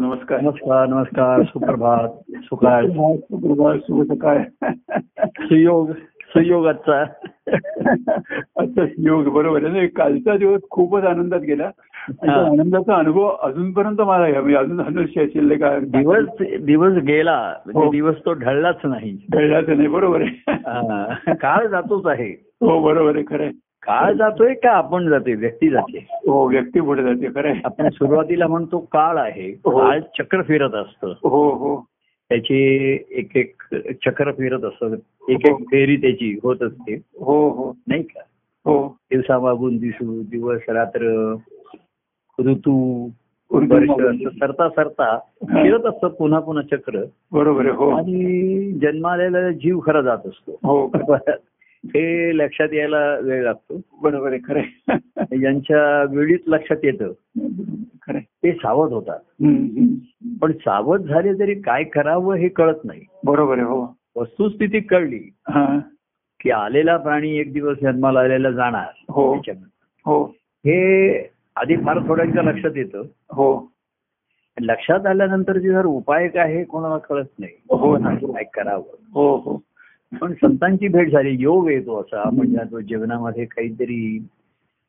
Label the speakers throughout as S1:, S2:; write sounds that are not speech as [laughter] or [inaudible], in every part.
S1: नमस्कार
S2: नमस्कार नमस्कार सुप्रभात सुकाळ
S1: सुप्रभात, सुप्रभात, शुभ सकाळ
S2: सुयोग सुयोगाचा
S1: आजचा योग बरोबर आहे ना? कालचा दिवस खूपच आनंदात गेला आणि
S2: हा.
S1: तो आनंदाचा अनुभव अजूनपर्यंत मला आहे म्हणजे अजून अनुष्य शिल्लक आहे.
S2: दिवस दिवस गेला म्हणजे
S1: हो.
S2: दिवस तो ढळलाच नाही
S1: कळलाचं नाही बरोबर आहे
S2: हा. काळ जातोच आहे
S1: हो बरोबर आहे खरं आहे.
S2: काळ जातोय का आपण जातोय व्यक्ती जाते
S1: हो व्यक्ती पुढे जाते खरं आहे.
S2: आपण सुरुवातीला म्हणतो काळ आहे
S1: हो.
S2: काळ चक्र फिरत असतं
S1: हो हो
S2: त्याची एक एक चक्र फिरत असत
S1: हो.
S2: एक एक फेरी त्याची होत असते
S1: हो हो
S2: नाही का
S1: हो
S2: दिवसामागून दिसू दिवस रात्र ऋतू
S1: उर्दू
S2: वर्ष
S1: मागून.
S2: असं सरता सरता फिरत असतं पुन्हा पुन्हा चक्र
S1: बरोबर आहे हो
S2: आणि जन्मालेला जीव खरा
S1: [laughs]
S2: जात असतो
S1: हो खरं.
S2: हे लक्षात यायला वेळ लागतो
S1: बरोबर आहे खरं आहे.
S2: [laughs] ज्यांच्या वेळीच लक्षात येतं
S1: खरं आहे.
S2: ते सावध होतात
S1: हम्म, हम्म.
S2: पण सावध झाले तरी काय करावं हे कळत नाही
S1: बरोबर आहे हो
S2: वस्तुस्थिती कळली
S1: हा
S2: की आलेला प्राणी एक दिवस जन्माला आलेला जाणार
S1: हो
S2: त्याच्यामध्ये.
S1: हो
S2: हे आधी फार थोड्यांच्या लक्षात येतं
S1: हो
S2: लक्षात आल्यानंतर जे जर उपाय काय हे कोणाला कळत नाही
S1: हो ना.
S2: काय करावं
S1: हो हो
S2: पण संतांची भेट झाली योग येतो असा आपण ज्या जीवनामध्ये काहीतरी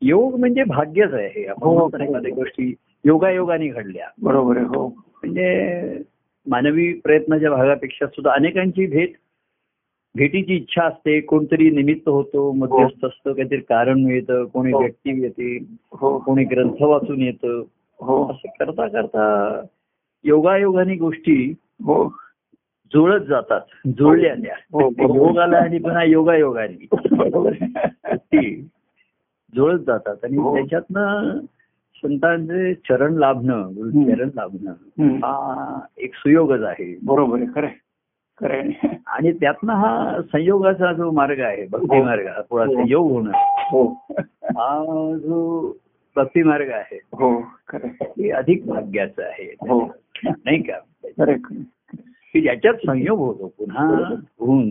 S2: योग म्हणजे भाग्यच आहे हे. आपण
S1: हो.
S2: म्हणतो ना एखाद्या गोष्टी योगायोगाने घडल्या
S1: बरोबर आहे हो
S2: म्हणजे मानवी प्रयत्नाच्या भागापेक्षा सुद्धा अनेकांची भेट भेटीची इच्छा असते कोणतरी निमित्त होतो मध्यस्थ असतं काहीतरी कारण मिळतं कोणी
S1: हो.
S2: व्यक्ती येते
S1: हो
S2: कोणी ग्रंथ वाचून येतं
S1: हो
S2: असं करता करता योगायोगाने गोष्टी
S1: हो
S2: जुळत जातात जुळल्या त्या
S1: हो, बरोबर.
S2: योगाला आणि पुन्हा योगायोगाने
S1: बरोबर आहे.
S2: ती जुळत जातात आणि
S1: हो.
S2: त्याच्यातनं संतांचे चरण लाभणं गुरु चरण लाभणं
S1: हम्म.
S2: हा एक सुयोगच आहे
S1: बरोबर आहे खरं आहे. खरं आहे.
S2: आणि त्यातनं हा संयोगाचा जो मार्ग आहे भक्ती
S1: हो.
S2: मार्ग थोडा
S1: हो.
S2: संयोग होणं
S1: हो
S2: हा जो भक्ती मार्ग आहे
S1: हो खरं आहे.
S2: ते अधिक भाग्याचं आहे
S1: हो
S2: नाही का
S1: खरं आहे, खरं आहे.
S2: की ज्याच्यात संयोग होतो पुन्हा होऊन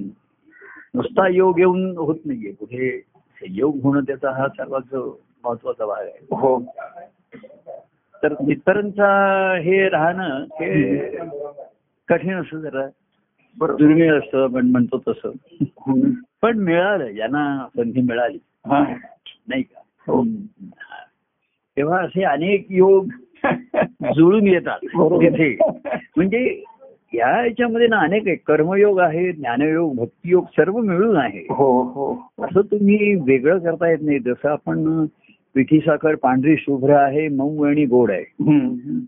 S2: नुसता योग येऊन होत नाहीये पुढे संयोग होणं त्याचा हा सर्वात जो महत्वाचा भाग आहे
S1: हो
S2: तर इतरांचा हे राहणं हे कठीण असतं जरा
S1: बरोबर
S2: दुर्मिळ असतं आपण म्हणतो तसं
S1: हम्म.
S2: पण मिळालं यांना संधी मिळाली
S1: हा.
S2: नाही का
S1: हो.
S2: हम्म. तेव्हा असे अनेक योग जुळून येतात
S1: बरोबर.
S2: तिथे म्हणजे या याच्यामध्ये ना अनेक आहे कर्मयोग आहे ज्ञानयोग भक्तियोग सर्व मिळून आहे
S1: हो हो
S2: असं तुम्ही वेगळं करता येत नाही जसं आपण पिठी साखर पांढरी शुभ्र आहे मऊ आणि गोड आहे
S1: हम्म, हम्म.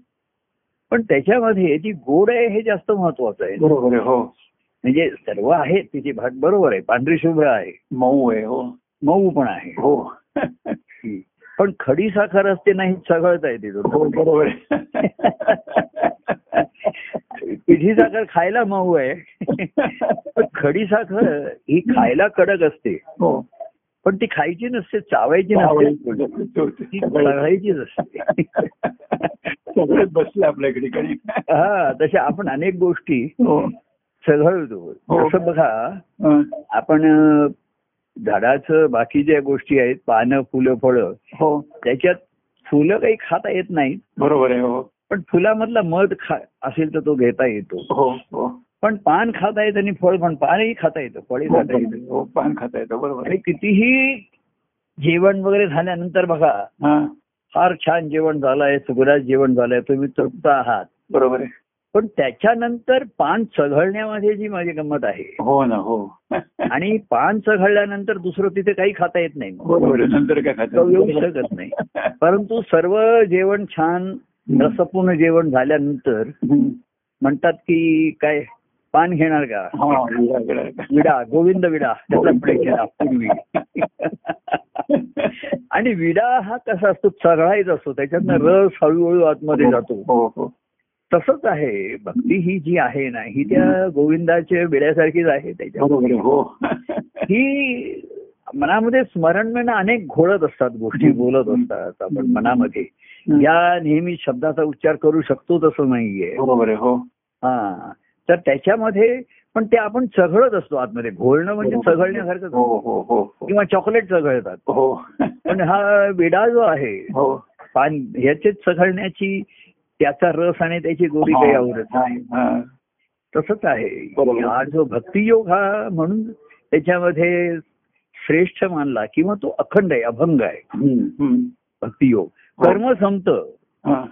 S2: पण त्याच्यामध्ये जी गोड आहे हे जास्त महत्वाचं आहे
S1: बरोबर आहे हो
S2: म्हणजे सर्व आहे तिची भाग बरोबर आहे पांढरी शुभ्र आहे
S1: मऊ आहे हो
S2: मऊ पण आहे
S1: हो
S2: पण खडी साखर असते नाही चघळता येते
S1: हो
S2: दोन्ही.
S1: बरोबर आहे
S2: पिठी साखर खायला मऊ आहे पण खडी साखर ही खायला कडक असते
S1: हो
S2: पण ती खायची नसते चावायची [laughs] नसते ती
S1: सगळ्यात
S2: चघळायचीच असते
S1: बसले आपल्याकडे कडे
S2: हा तशा आपण अनेक गोष्टी
S1: हो
S2: चघळतो
S1: हो.
S2: तसं बघा
S1: हा.
S2: आपण अ, झाडाचं बाकी ज्या गोष्टी आहेत पानं फुलं फळं
S1: हो
S2: त्याच्यात फुलं काही खाता येत नाहीत
S1: बरोबर आहे हो
S2: पण फुलामधला मध खा असेल तर तो घेता येतो
S1: हो हो
S2: पण पान खाता येतं आणि फळ पण पानही खाता येतं फळही खाता येतं
S1: हो पान खाता येतं बरोबर
S2: आणि
S1: आहे
S2: कितीही जेवण वगैरे झाल्यानंतर बघा
S1: हा
S2: फार छान जेवण झालंय सुगराज जेवण झालंय तुम्ही तृप्त आहात
S1: बरोबर आहे
S2: पण त्याच्यानंतर पान चघळण्यामध्ये जी माझी गंमत आहे
S1: हो ना हो
S2: आणि पान चघळल्यानंतर दुसरं तिथे काही खाता येत नाही
S1: बरोबर आहे नंतर काय
S2: तो येऊ
S1: खात
S2: शकत नाही परंतु सर्व जेवण छान रसपूर्ण जेवण झाल्यानंतर म्हणतात की काय पान घेणार का विडा गोविंद विडा त्याचा
S1: हो.
S2: प्रयोग केला पूर्वी
S1: [laughs]
S2: आणि विडा हा कसा असतो चघळायचा असतो त्याच्यातनं रस हळूहळू आतमध्ये जातो
S1: हो हो
S2: तसंच आहे भक्ती ही जी आहे ना ही त्या गोविंदाच्या विड्यासारखीच आहे त्याच्या
S1: बरोबर आहे हो
S2: ही मनामध्ये स्मरण म्हणणं अनेक घोळत असतात गोष्टी बोलत असतात आपण मनामध्ये या नेहमी शब्दाचा उच्चार करू शकतो तसं नाहीये
S1: बरोबर आहे हो
S2: हा तर त्याच्यामध्ये पण ते आपण चघळत असतो आतमध्ये घोळणं म्हणजे चघळण्यासारखं
S1: हो हो हो हो.
S2: किंवा चॉकलेट चघळतात
S1: हो
S2: पण हा विडा जो आहे
S1: हो
S2: पान ह्याचे चघळण्याची त्याचा रस आणि त्याची गोडी
S1: हा,
S2: काही आवडत नाही.
S1: हा,
S2: तसंच आहे
S1: बरोबर.
S2: हा जो भक्तियोग हा म्हणून त्याच्यामध्ये श्रेष्ठ मानला किंवा तो अखंड आहे अभंग आहे
S1: हम्म, हम्म.
S2: भक्तियोग
S1: हो.
S2: कर्म संपतं
S1: हा,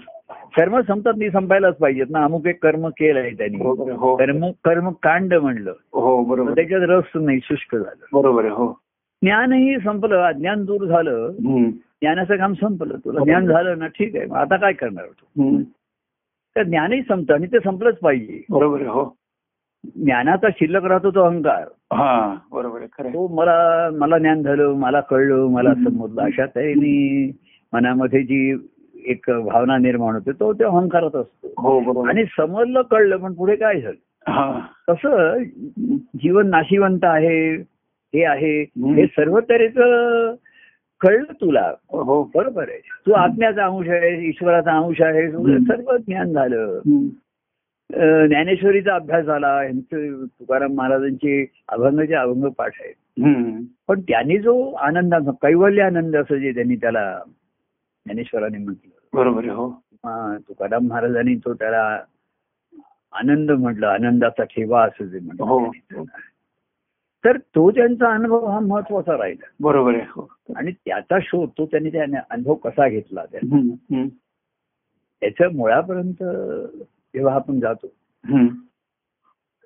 S2: कर्म संपतात नाही संपायलाच पाहिजेत ना अमुक एक कर्म केलंय त्यांनी
S1: बरोबर आहे, हो
S2: कर्म कर्मकांड म्हणलं
S1: हो बरोबर आहे.
S2: त्याच्यात रस नाही शुष्क झालं
S1: बरोबर आहे, हो
S2: ज्ञानही संपलं अज्ञान दूर झालं
S1: हम्म,
S2: ज्ञानाचं काम संपलं तुला
S1: हो.
S2: ज्ञान झालं ना ठीक आहे मग आता काय करणार तू
S1: हम्म.
S2: तर ज्ञानही संपतं आणि ते संपलंच पाहिजे
S1: बरोबर आहे, हो
S2: ज्ञानाचा शिल्लक राहतो तो अहंकार
S1: हा बरोबर आहे खरं आहे.
S2: तो मला मला ज्ञान झालं मला कळलं मला
S1: हम्म.
S2: समजलं अशा तऱ्हेने मनामध्ये जी एक भावना निर्माण होते तो त्या अहंकारात असतो
S1: हो बरोबर आहे.
S2: आणि समजलं कळलं पण पुढे काय झालं
S1: हा
S2: तसं जीवन नाशिवंत आहे हे आहे
S1: हम्म.
S2: हे सर्व तऱ्हेच कळलं तुला
S1: हो
S2: बरोबर आहे तू आत्म्याचा अंश आहे ईश्वराचा अंश आहे
S1: हम्म.
S2: सर्व ज्ञान झालं
S1: हम्म,
S2: अं, ज्ञानेश्वरीचा अभ्यास झाला यांचे तुकाराम महाराजांचे अभंगचे अभंग पाठ आहेत
S1: हम्म.
S2: पण त्यांनी जो आनंद कैवल्य आनंद असं जे त्यांनी त्याला ज्ञानेश्वराने म्हटलं
S1: बरोबर आहे, हो
S2: किंवा तुकाराम महाराजांनी तो त्याला आनंद म्हटलं आनंदाचा ठेवा असं जे
S1: हो.
S2: म्हटलं त्यांनी. तर तो त्यांचा अनुभव हा महत्वाचा राहिला
S1: बरोबर आहे हो
S2: आणि त्याचा शोध तो त्यांनी त्याने अनुभव कसा घेतला त्या-
S1: हम्म, हम्म,
S2: त्याच्या मुळापर्यंत जेव्हा आपण जातो
S1: हम्म.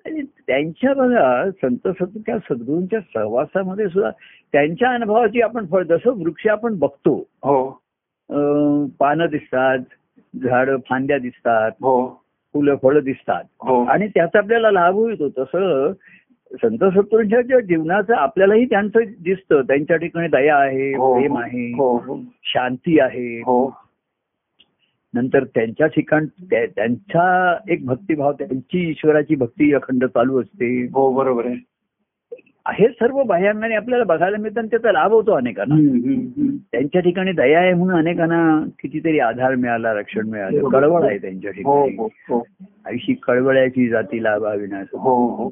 S2: आणि त्यांच्या बघा संत सत त्या सद्गुरूंच्या सहवासामध्ये सुद्धा त्यांच्या अनुभवाची आपण फळ जसं वृक्ष आपण बघतो
S1: हो
S2: अं, पानं दिसतात झाड फांद्या दिसतात
S1: हो
S2: फुलं फळं दिसतात
S1: हो
S2: आणि त्याचा आपल्याला लाभ होतो तसं संत सत्तूंच्या ज्या जीवनाचं आपल्यालाही त्यांचं दिसतं त्यांच्या ठिकाणी दया आहे
S1: हो,
S2: प्रेम आहे
S1: हो हो
S2: शांती आहे
S1: हो
S2: नंतर त्यांच्या ठिकाण त्या- त्यांचा एक भक्तिभाव त्यांची ईश्वराची भक्ती अखंड चालू असते
S1: हो बरोबर आहे
S2: हे सर्व बाह्यांनी आपल्याला बघायला मिळतं आणि त्याचा लाभ होतो अनेकांना
S1: हम्म, हम्म, हम्म.
S2: त्यांच्या ठिकाणी दया आहे म्हणून अनेकांना कितीतरी आधार मिळाला रक्षण मिळालं
S1: बरोबर.
S2: म्हणजे कळवळ आहे त्यांच्या
S1: हो
S2: ठिकाणी
S1: हो हो
S2: अशी कळवळ्याची जाती लाभाविनाश
S1: हो हो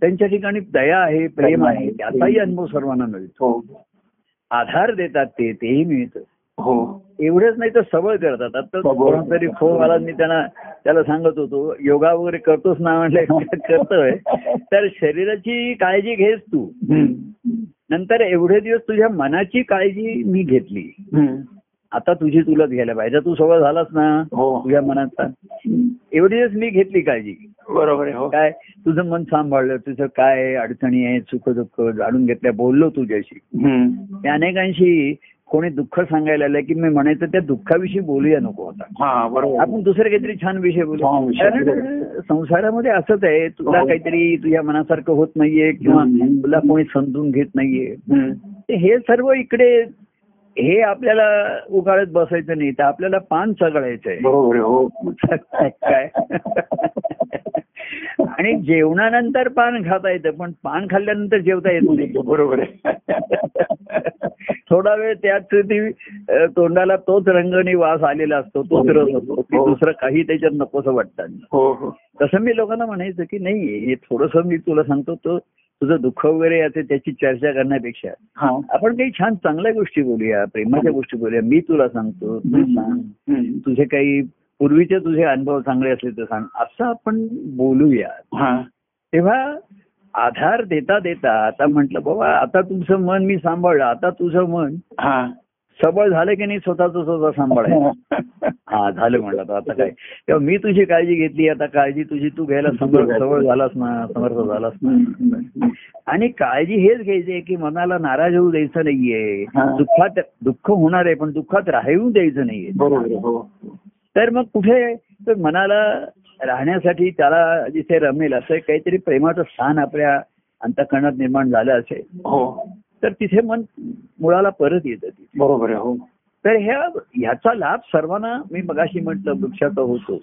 S2: त्यांच्या ठिकाणी दया आहे प्रेम
S1: दया
S2: आहे
S1: आहे,
S2: त्याचाही
S1: प्रेम.
S2: अनुभव सर्वांना मिळतो
S1: हो
S2: आधार देतात ते तेही मिळतं
S1: हो
S2: एवढंच नाही तर सबळ करतात आता
S1: सबळ.
S2: कोणतरी फोन मी त्यांना त्याला सांगत होतो योगा वगैरे करतोच ना म्हणलं करतोय तर शरीराची काळजी घेस तू
S1: हम्म,
S2: नंतर एवढे दिवस तुझ्या मनाची काळजी मी घेतली
S1: हम्म.
S2: आता तुझी तुलाच घ्यायला पाहिजे तू सबळ झालास ना
S1: हो
S2: तुझ्या मनाचा एवढे दिवस मी घेतली काळजी
S1: बरोबर आहे हो
S2: काय तुझं मन सांभाळलं तुझं काय अडचणी आहे सुख दुःख जाणून घेतल्या बोललो तुझ्याशी
S1: हम्म.
S2: त्या अनेकांशी कोणी दुःख सांगायला आलं की मी म्हणायचं त्या दुःखाविषयी बोलूया नको होता
S1: हा बरोबर
S2: आपण दुसरं काहीतरी छान विषय
S1: छान
S2: बोलू
S1: विषय.
S2: कारण संसारामध्ये असंच आहे तुला
S1: हो.
S2: काहीतरी तुझ्या मनासारखं होत नाहीये किंवा
S1: हम्म.
S2: तुला कोणी समजून घेत नाहीये
S1: हम्म.
S2: ते हे सर्व इकडे हे आपल्याला उगाळत बसायचं नाही तर आपल्याला पान चघळायचं आहे
S1: बरोबर आहे हो
S2: काय आणि जेवणानंतर पान खाता येतं पण पान खाल्ल्यानंतर जेवता येत नाही
S1: बरोबर आहे
S2: थोडा वेळ त्यात ती अ, तोंडाला तोच रंगणी वास आलेला असतो तोच रस असतो की दुसरं काही त्याच्यात नकोसं वाटतं
S1: हो हो
S2: तसं मी लोकांना म्हणायचं की नाही हे थोडंसं मी तुला सांगतो तो तुझं दुःख वगैरे आहे ते त्याची चर्चा करण्यापेक्षा
S1: हा
S2: आपण काही छान चांगल्या गोष्टी बोलूया प्रेमाच्या गोष्टी बोलूया मी तुला सांगतो तू सांग
S1: हम्म.
S2: तुझे काही पूर्वीचे तुझे अनुभव चांगले असले तर सांग असं आपण बोलूया
S1: हा
S2: तेव्हा आधार देता देता आता म्हटलं बाबा आता तुमचं मन मी सांभाळलं आता तुझं मन
S1: हा
S2: सबळ झालं की नाही स्वतःच स्वतः सांभाळायचं हा झालं म्हणलं आता- आता काय तेव्हा मी तुझी काळजी घेतली आता काळजी तुझी तू घ्यायला समर्थ सबळ झालास ना समर्थ झालास ना
S1: हम्म.
S2: आणि काळजी हेच घ्यायची की मनाला नाराज होऊ द्यायचं नाहीये
S1: हा.
S2: दुःखात दुःख होणार आहे पण दुःखात राहू द्यायचं नाहीये
S1: बरोबर आहे हो
S2: तर मग कुठे तर मनाला राहण्यासाठी त्याला जिथे रमेल असं काहीतरी प्रेमाचं स्थान आपल्या अंतकरणात निर्माण झालं असेल
S1: हो
S2: तर तिथे मन मुळाला परत येतं तिथे
S1: बरोबर आहे हो
S2: तर ह्या ह्याचा लाभ सर्वांना मी मगाशी म्हटलं वृक्षाचा होतो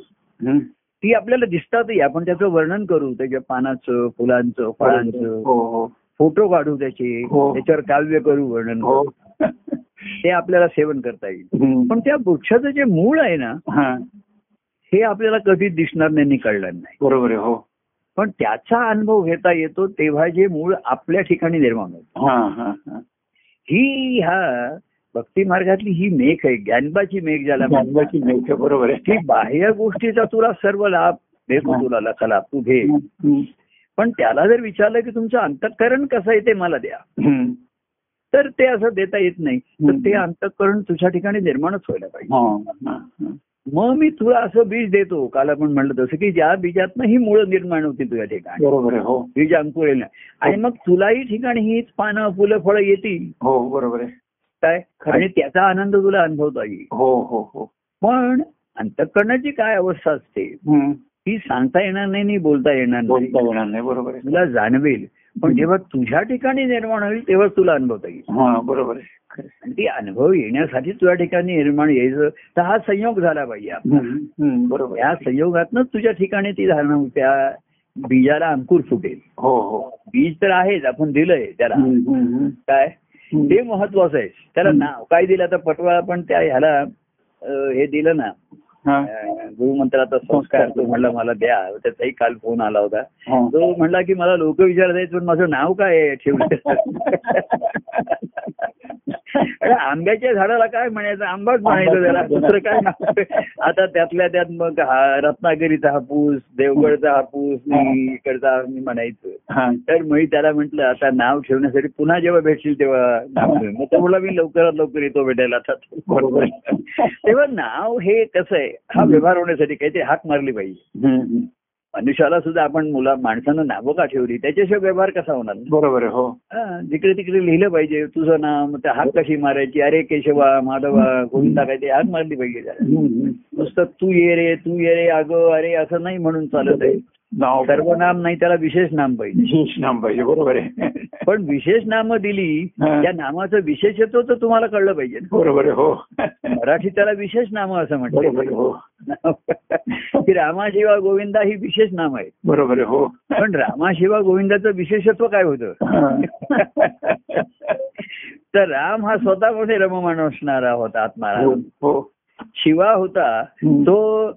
S1: हम्म.
S2: ती आपल्याला दिसतातही आपण त्याचं वर्णन करू त्याच्या पानाचं फुलांचं फळांचं
S1: हो हो
S2: फोटो काढू त्याचे
S1: हो.
S2: त्याच्यावर काव्य करू वर्णन
S1: हो
S2: करू ते आपल्याला सेवन करता येईल
S1: हम्म.
S2: पण त्या वृक्षाचं जे मूळ आहे ना
S1: हा
S2: हे आपल्याला कधी दिसणार नाही आणि कळणार नाही
S1: बरोबर आहे हो
S2: पण त्याचा अनुभव घेता येतो तेव्हा जे मूळ आपल्या ठिकाणी निर्माण होतं
S1: हा हा हा
S2: ही ह्या भक्ती मार्गातली ही मेघ आहे ज्ञानबाची मेघ ज्याला म्हणतात.
S1: मानवाची मेघ आहे, बरोबर आहे
S2: की बाह्य गोष्टीचा तुला सर्व लाभ भेटू तुला ला- कला तू भे
S1: हं, हं,
S2: पण त्याला जर विचारलं की तुमचं अंतःकरण कसं आहे ते मला द्या
S1: हं.
S2: तर ते असं देता येत नाही तर
S1: हं.
S2: ते अंतःकरण तुझ्या ठिकाणी निर्माणच व्हायला पाहिजे
S1: हं, हं, हं.
S2: मग मी तुला असं बीज देतो काल आपण म्हणलं तसं की ज्या बीजातनं ही मुळं निर्माण होती तुझ्या ठिकाणी
S1: बरोबर आहे हो
S2: बीज अंकुरेल आणि मग तुलाही ठिकाणी हीच पानं फुलं फळं येतील
S1: हो बरोबर आहे
S2: काय
S1: खरं.
S2: आणि त्याचा आनंद तुला अनुभवता येईल
S1: हो हो हो
S2: पण अंतःकरणाची काय अवस्था असते
S1: हं.
S2: ती सांगता येणार नाही आणि बोलता येणार नाही
S1: बोलता येणार नाही बरोबर आहे
S2: तुला जाणवेल पण जेव्हा तुझ्या ठिकाणी निर्माण होईल तेव्हा तुला अनुभवता येईल
S1: हा बरोबर आहे खरं आहे.
S2: आणि ती अनुभव येण्यासाठी तुझ्या ठिकाणी निर्माण यायचं तर हा संयोग झाला पाहिजे आपला.
S1: हं, हं, बरोबर
S2: या
S1: आहे
S2: संयोगातनंच तुझ्या ठिकाणी ती धारणा त्या बीजाला अंकुर फुटेल
S1: हो हो
S2: बीज तर आहेच आपण दिलंय त्याला
S1: हं, हं, हं.
S2: काय
S1: हं.
S2: ते महत्वाचं आहे त्याला
S1: हं.
S2: नाव काय दिलं आता पटवा पण त्या ह्याला अं, हे दिलं ना
S1: हा,
S2: अं, गुरुमंत्राचा संस्कार तो म्हणला मला द्या त्याचाही काल फोन आला होता
S1: हा.
S2: तो म्हणला की मला लोक विचारत आहेत पण माझं नाव काय आहे ठेवलं अरे आंब्याच्या झाडाला काय म्हणायचं आंबाच म्हणायचं त्याला दुसरं काय नाव आता त्यातल्या त्यात मग हा रत्नागिरीचा हापूस देवगडचा हापूस मी इकडचा मी म्हणायचं
S1: हा.
S2: तर मी त्याला म्हंटल आता नाव ठेवण्यासाठी पुन्हा जेव्हा भेटशील तेव्हा नाव ठेव. मग तो बोला मी लवकरात लवकर येतो भेटायला आता
S1: बरोबर [laughs] आहे.
S2: तेव्हा नाव हे कसं आहे हा व्यवहार होण्यासाठी काहीतरी हाक मारली पाहिजे
S1: हं, हं.
S2: मनुष्याला सुद्धा आपण मुला माणसानं नावं का ठेवली त्याच्याशिवाय व्यवहार कसा होणार
S1: बरोबर आहे हो
S2: हा, जिकडे तिकडे लिहिलं पाहिजे तुझं नाव मग त्या हाक कशी मारायची अरे केशवा माधवा गोविंदा काय ते हाक मारली पाहिजे त्याला.
S1: हं, हं.
S2: नुसतं तू ये रे तू ये रे अगं अरे असं नाही म्हणून चालत आहे
S1: नाव
S2: सर्वनाम नाही त्याला विशेष नाम पाहिजे
S1: विशेष नाम पाहिजे बरोबर आहे
S2: पण विशेष नामं दिली
S1: हा.
S2: त्या नामाचं विशेषत्व तर तुम्हाला कळलं पाहिजे ना.
S1: बरोबर आहे हो
S2: मराठी त्याला विशेष नामं असं म्हणतात
S1: बरोबर आहे हो
S2: की [laughs] रामाशिवा गोविंदा ही विशेष नाम आहे
S1: बरोबर आहे हो
S2: पण रामाशिवा गोविंदाचं विशेषत्व काय होतं तर राम हा स्वतःमध्ये रममाण असणारा होता आत्माराम
S1: हो
S2: शिवा होता
S1: हम्म.
S2: तो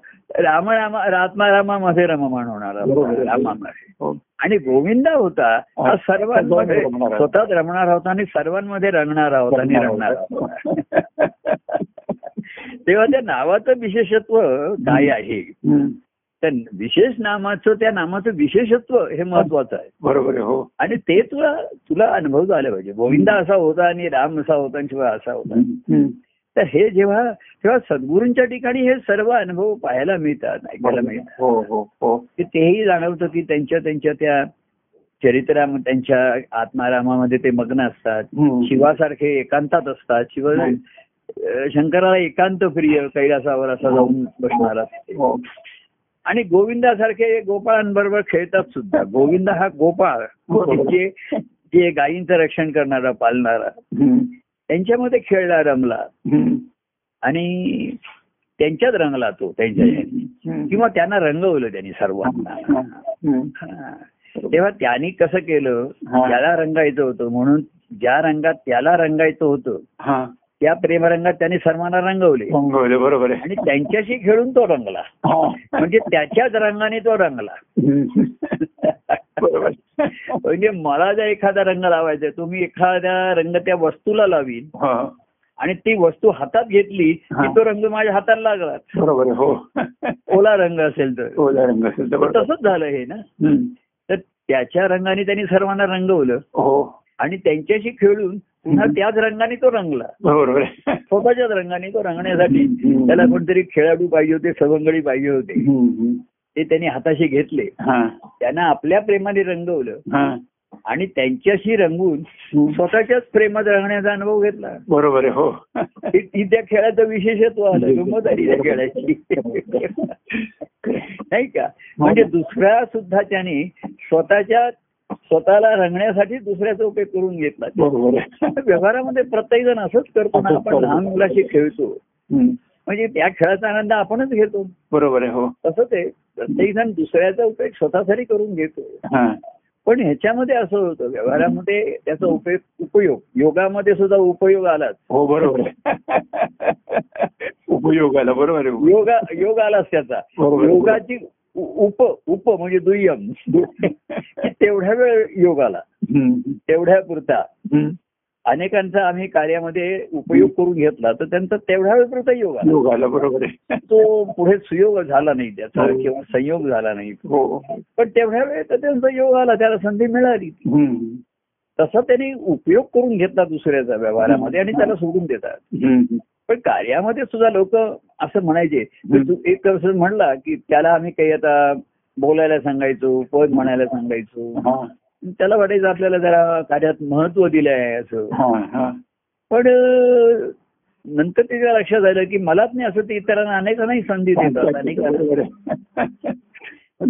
S2: रामरामा आत्मारामामध्ये रममाण होणारा
S1: बरोबर.
S2: होता रामामध्ये
S1: हो
S2: आणि गोविंदा होता हा सर्वांमध्ये
S1: रमणारा.
S2: स्वतःच रमणारा होता आणि सर्वांमध्ये रंगणारा होता आणि रमणारा होता तेव्हा त्या नावाचं विशेषत्व काय आहे
S1: हं.
S2: तर विशेष नामाचं त्या नामाचं विशेषत्व हे महत्वाचं आहे
S1: बरोबर आहे हो
S2: आणि ते तुला तुला अनुभव झाला पाहिजे गोविंदा असा होता आणि राम असा होता आणि शिवा असा होता
S1: हं.
S2: तर हे जेव्हा तेव्हा सद्गुरूंच्या ठिकाणी हे सर्व अनुभव पाहायला मिळतात ऐकायला
S1: बरोबर
S2: मिळतात
S1: आहे. हो हो हो
S2: की तेही जाणवतं की त्यांच्या त्यांच्या त्या चरित्रा त्यांच्या आत्मारामामध्ये ते मग्न असतात
S1: हं.
S2: शिवासारखे एकांतात असतात शिव
S1: हं.
S2: अं, शंकराला एकांत प्रिय कैलासावर असा जाऊन बसणार असते
S1: हो
S2: आणि गोविंदासारखे गोपाळांबरोबर खेळतात सुद्धा गोविंद हा गोपाळ
S1: बरोबर.
S2: जे जे गायींचं रक्षण करणारा पालणारा
S1: हं.
S2: त्यांच्यामध्ये खेळला रमला
S1: हं.
S2: आणि त्यांच्यात रंगला तो त्यांच्या ह्याने.
S1: हं.
S2: किंवा त्यांना रंगवलं त्यांनी सर्वांना
S1: हं.
S2: हा. तेव्हा त्यांनी कसं केलं
S1: हा.
S2: त्याला रंगायचं होतं म्हणून ज्या रंगात त्याला रंगायचं होतं
S1: हा
S2: त्या प्रेमरंगात त्यांनी सर्वांना रंगवले
S1: रंगवले बरोबर आहे
S2: आणि त्यांच्याशी खेळून तो रंगला
S1: हा.
S2: म्हणजे त्याच्याच रंगाने तो रंगला
S1: हं. बरोबर
S2: म्हणजे मला जर एखादा रंग लावायचा आहे, तो मी एखादा रंग त्या वस्तूला लावीन
S1: हा.
S2: आणि ती वस्तू हातात घेतली की
S1: हा.
S2: तो रंग माझ्या हाताला लागला
S1: बरोबर आहे हो
S2: ओला रंग असेल तर
S1: ओला रंग असेल तर
S2: तर
S1: बरोबर
S2: तसंच झालं हे ना
S1: हं.
S2: तर त्याच्या रंगाने त्यांनी सर्वांना रंगवलं
S1: हो
S2: आणि त्यांच्याशी खेळून पुन्हा
S1: हम्म.
S2: त्याच रंगाने तो रंगला
S1: बरोबर आहे
S2: स्वतःच्याच रंगाने तो रंगण्यासाठी
S1: हम्म.
S2: त्याला कोणतरी खेळाडू पाहिजे होते सवंगडी पाहिजे होते
S1: हं, हं.
S2: ते त्यांनी हाताशी घेतले
S1: हा
S2: त्यांना आपल्या प्रेमाने रंगवलं
S1: हा
S2: आणि त्यांच्याशी रंगून
S1: हं.
S2: स्वतःच्याच प्रेमात रंगण्याचा अनुभव घेतला
S1: बरोबर आहे हो
S2: हि- हि त्या खेळाचं विशेषत्व आलं गंमत आली त्या खेळाची नाही का म्हणजे
S1: हो.
S2: दुसरा सुद्धा त्याने स्वतःच्या स्वतःला रंगण्यासाठी दुसऱ्याचा उपयोग करून घेतला
S1: बरोबर आहे
S2: व्यवहारामध्ये प्रत्येक जण असंच करतो ना आपण लहान मुलाशी खेळतो
S1: हं.
S2: म्हणजे त्या खेळाचा आनंद आपणच घेतो
S1: बरोबर आहे हो
S2: तसंच आहे प्रत्येक जण दुसऱ्याचा उपयोग स्वतःसाठी करून घेतो
S1: हा
S2: पण ह्याच्यामध्ये असं होतं व्यवहारामध्ये त्याचा उपयोग उपयोग योगामध्ये सुद्धा उपयोग आलाच
S1: हो बरोबर आहे उपयोगाला बरोबर आहे हो. उपयोग.
S2: योगा योग आलाच त्याचा
S1: बरोबर.
S2: योगाची उ- उप उप म्हणजे दुय्यम की तेवढ्या वेळ योग आला
S1: हं.
S2: तेवढ्या पुरता
S1: हं.
S2: अनेकांचा आम्ही कार्यामध्ये उपयोग करून घेतला तर त्यांचा तेवढा वेळपर्यंत योग आला
S1: योग आला बरोबर आहे
S2: तो पुढे सुयोग झाला नाही त्याचा
S1: हो.
S2: किंवा संयोग झाला नाही
S1: हो हो.
S2: पण तेवढ्या वेळेत त्यांचा योग आला त्याला संधी मिळाली
S1: हम्म.
S2: तसा त्यांनी उपयोग करून घेतला दुसऱ्याचा व्यवहारामध्ये आणि त्याला सोडून देतात
S1: हम्म.
S2: पण कार्यामध्ये सुद्धा लोक असं म्हणायचे तर तू एक असं म्हणला की त्याला आम्ही काही आता बोलायला सांगायचो पद म्हणायला सांगायचो
S1: हा,
S2: त्याला वाटायचं आपल्याला जरा कार्यात महत्व दिलं आहे असं
S1: हा, हा.
S2: पण अं, नंतर त्याच्या लक्षात आलं की मलाच नाही असं ते इतरांना अनेकांनाही संधी देतात अनेकांना
S1: बरोबर आहे.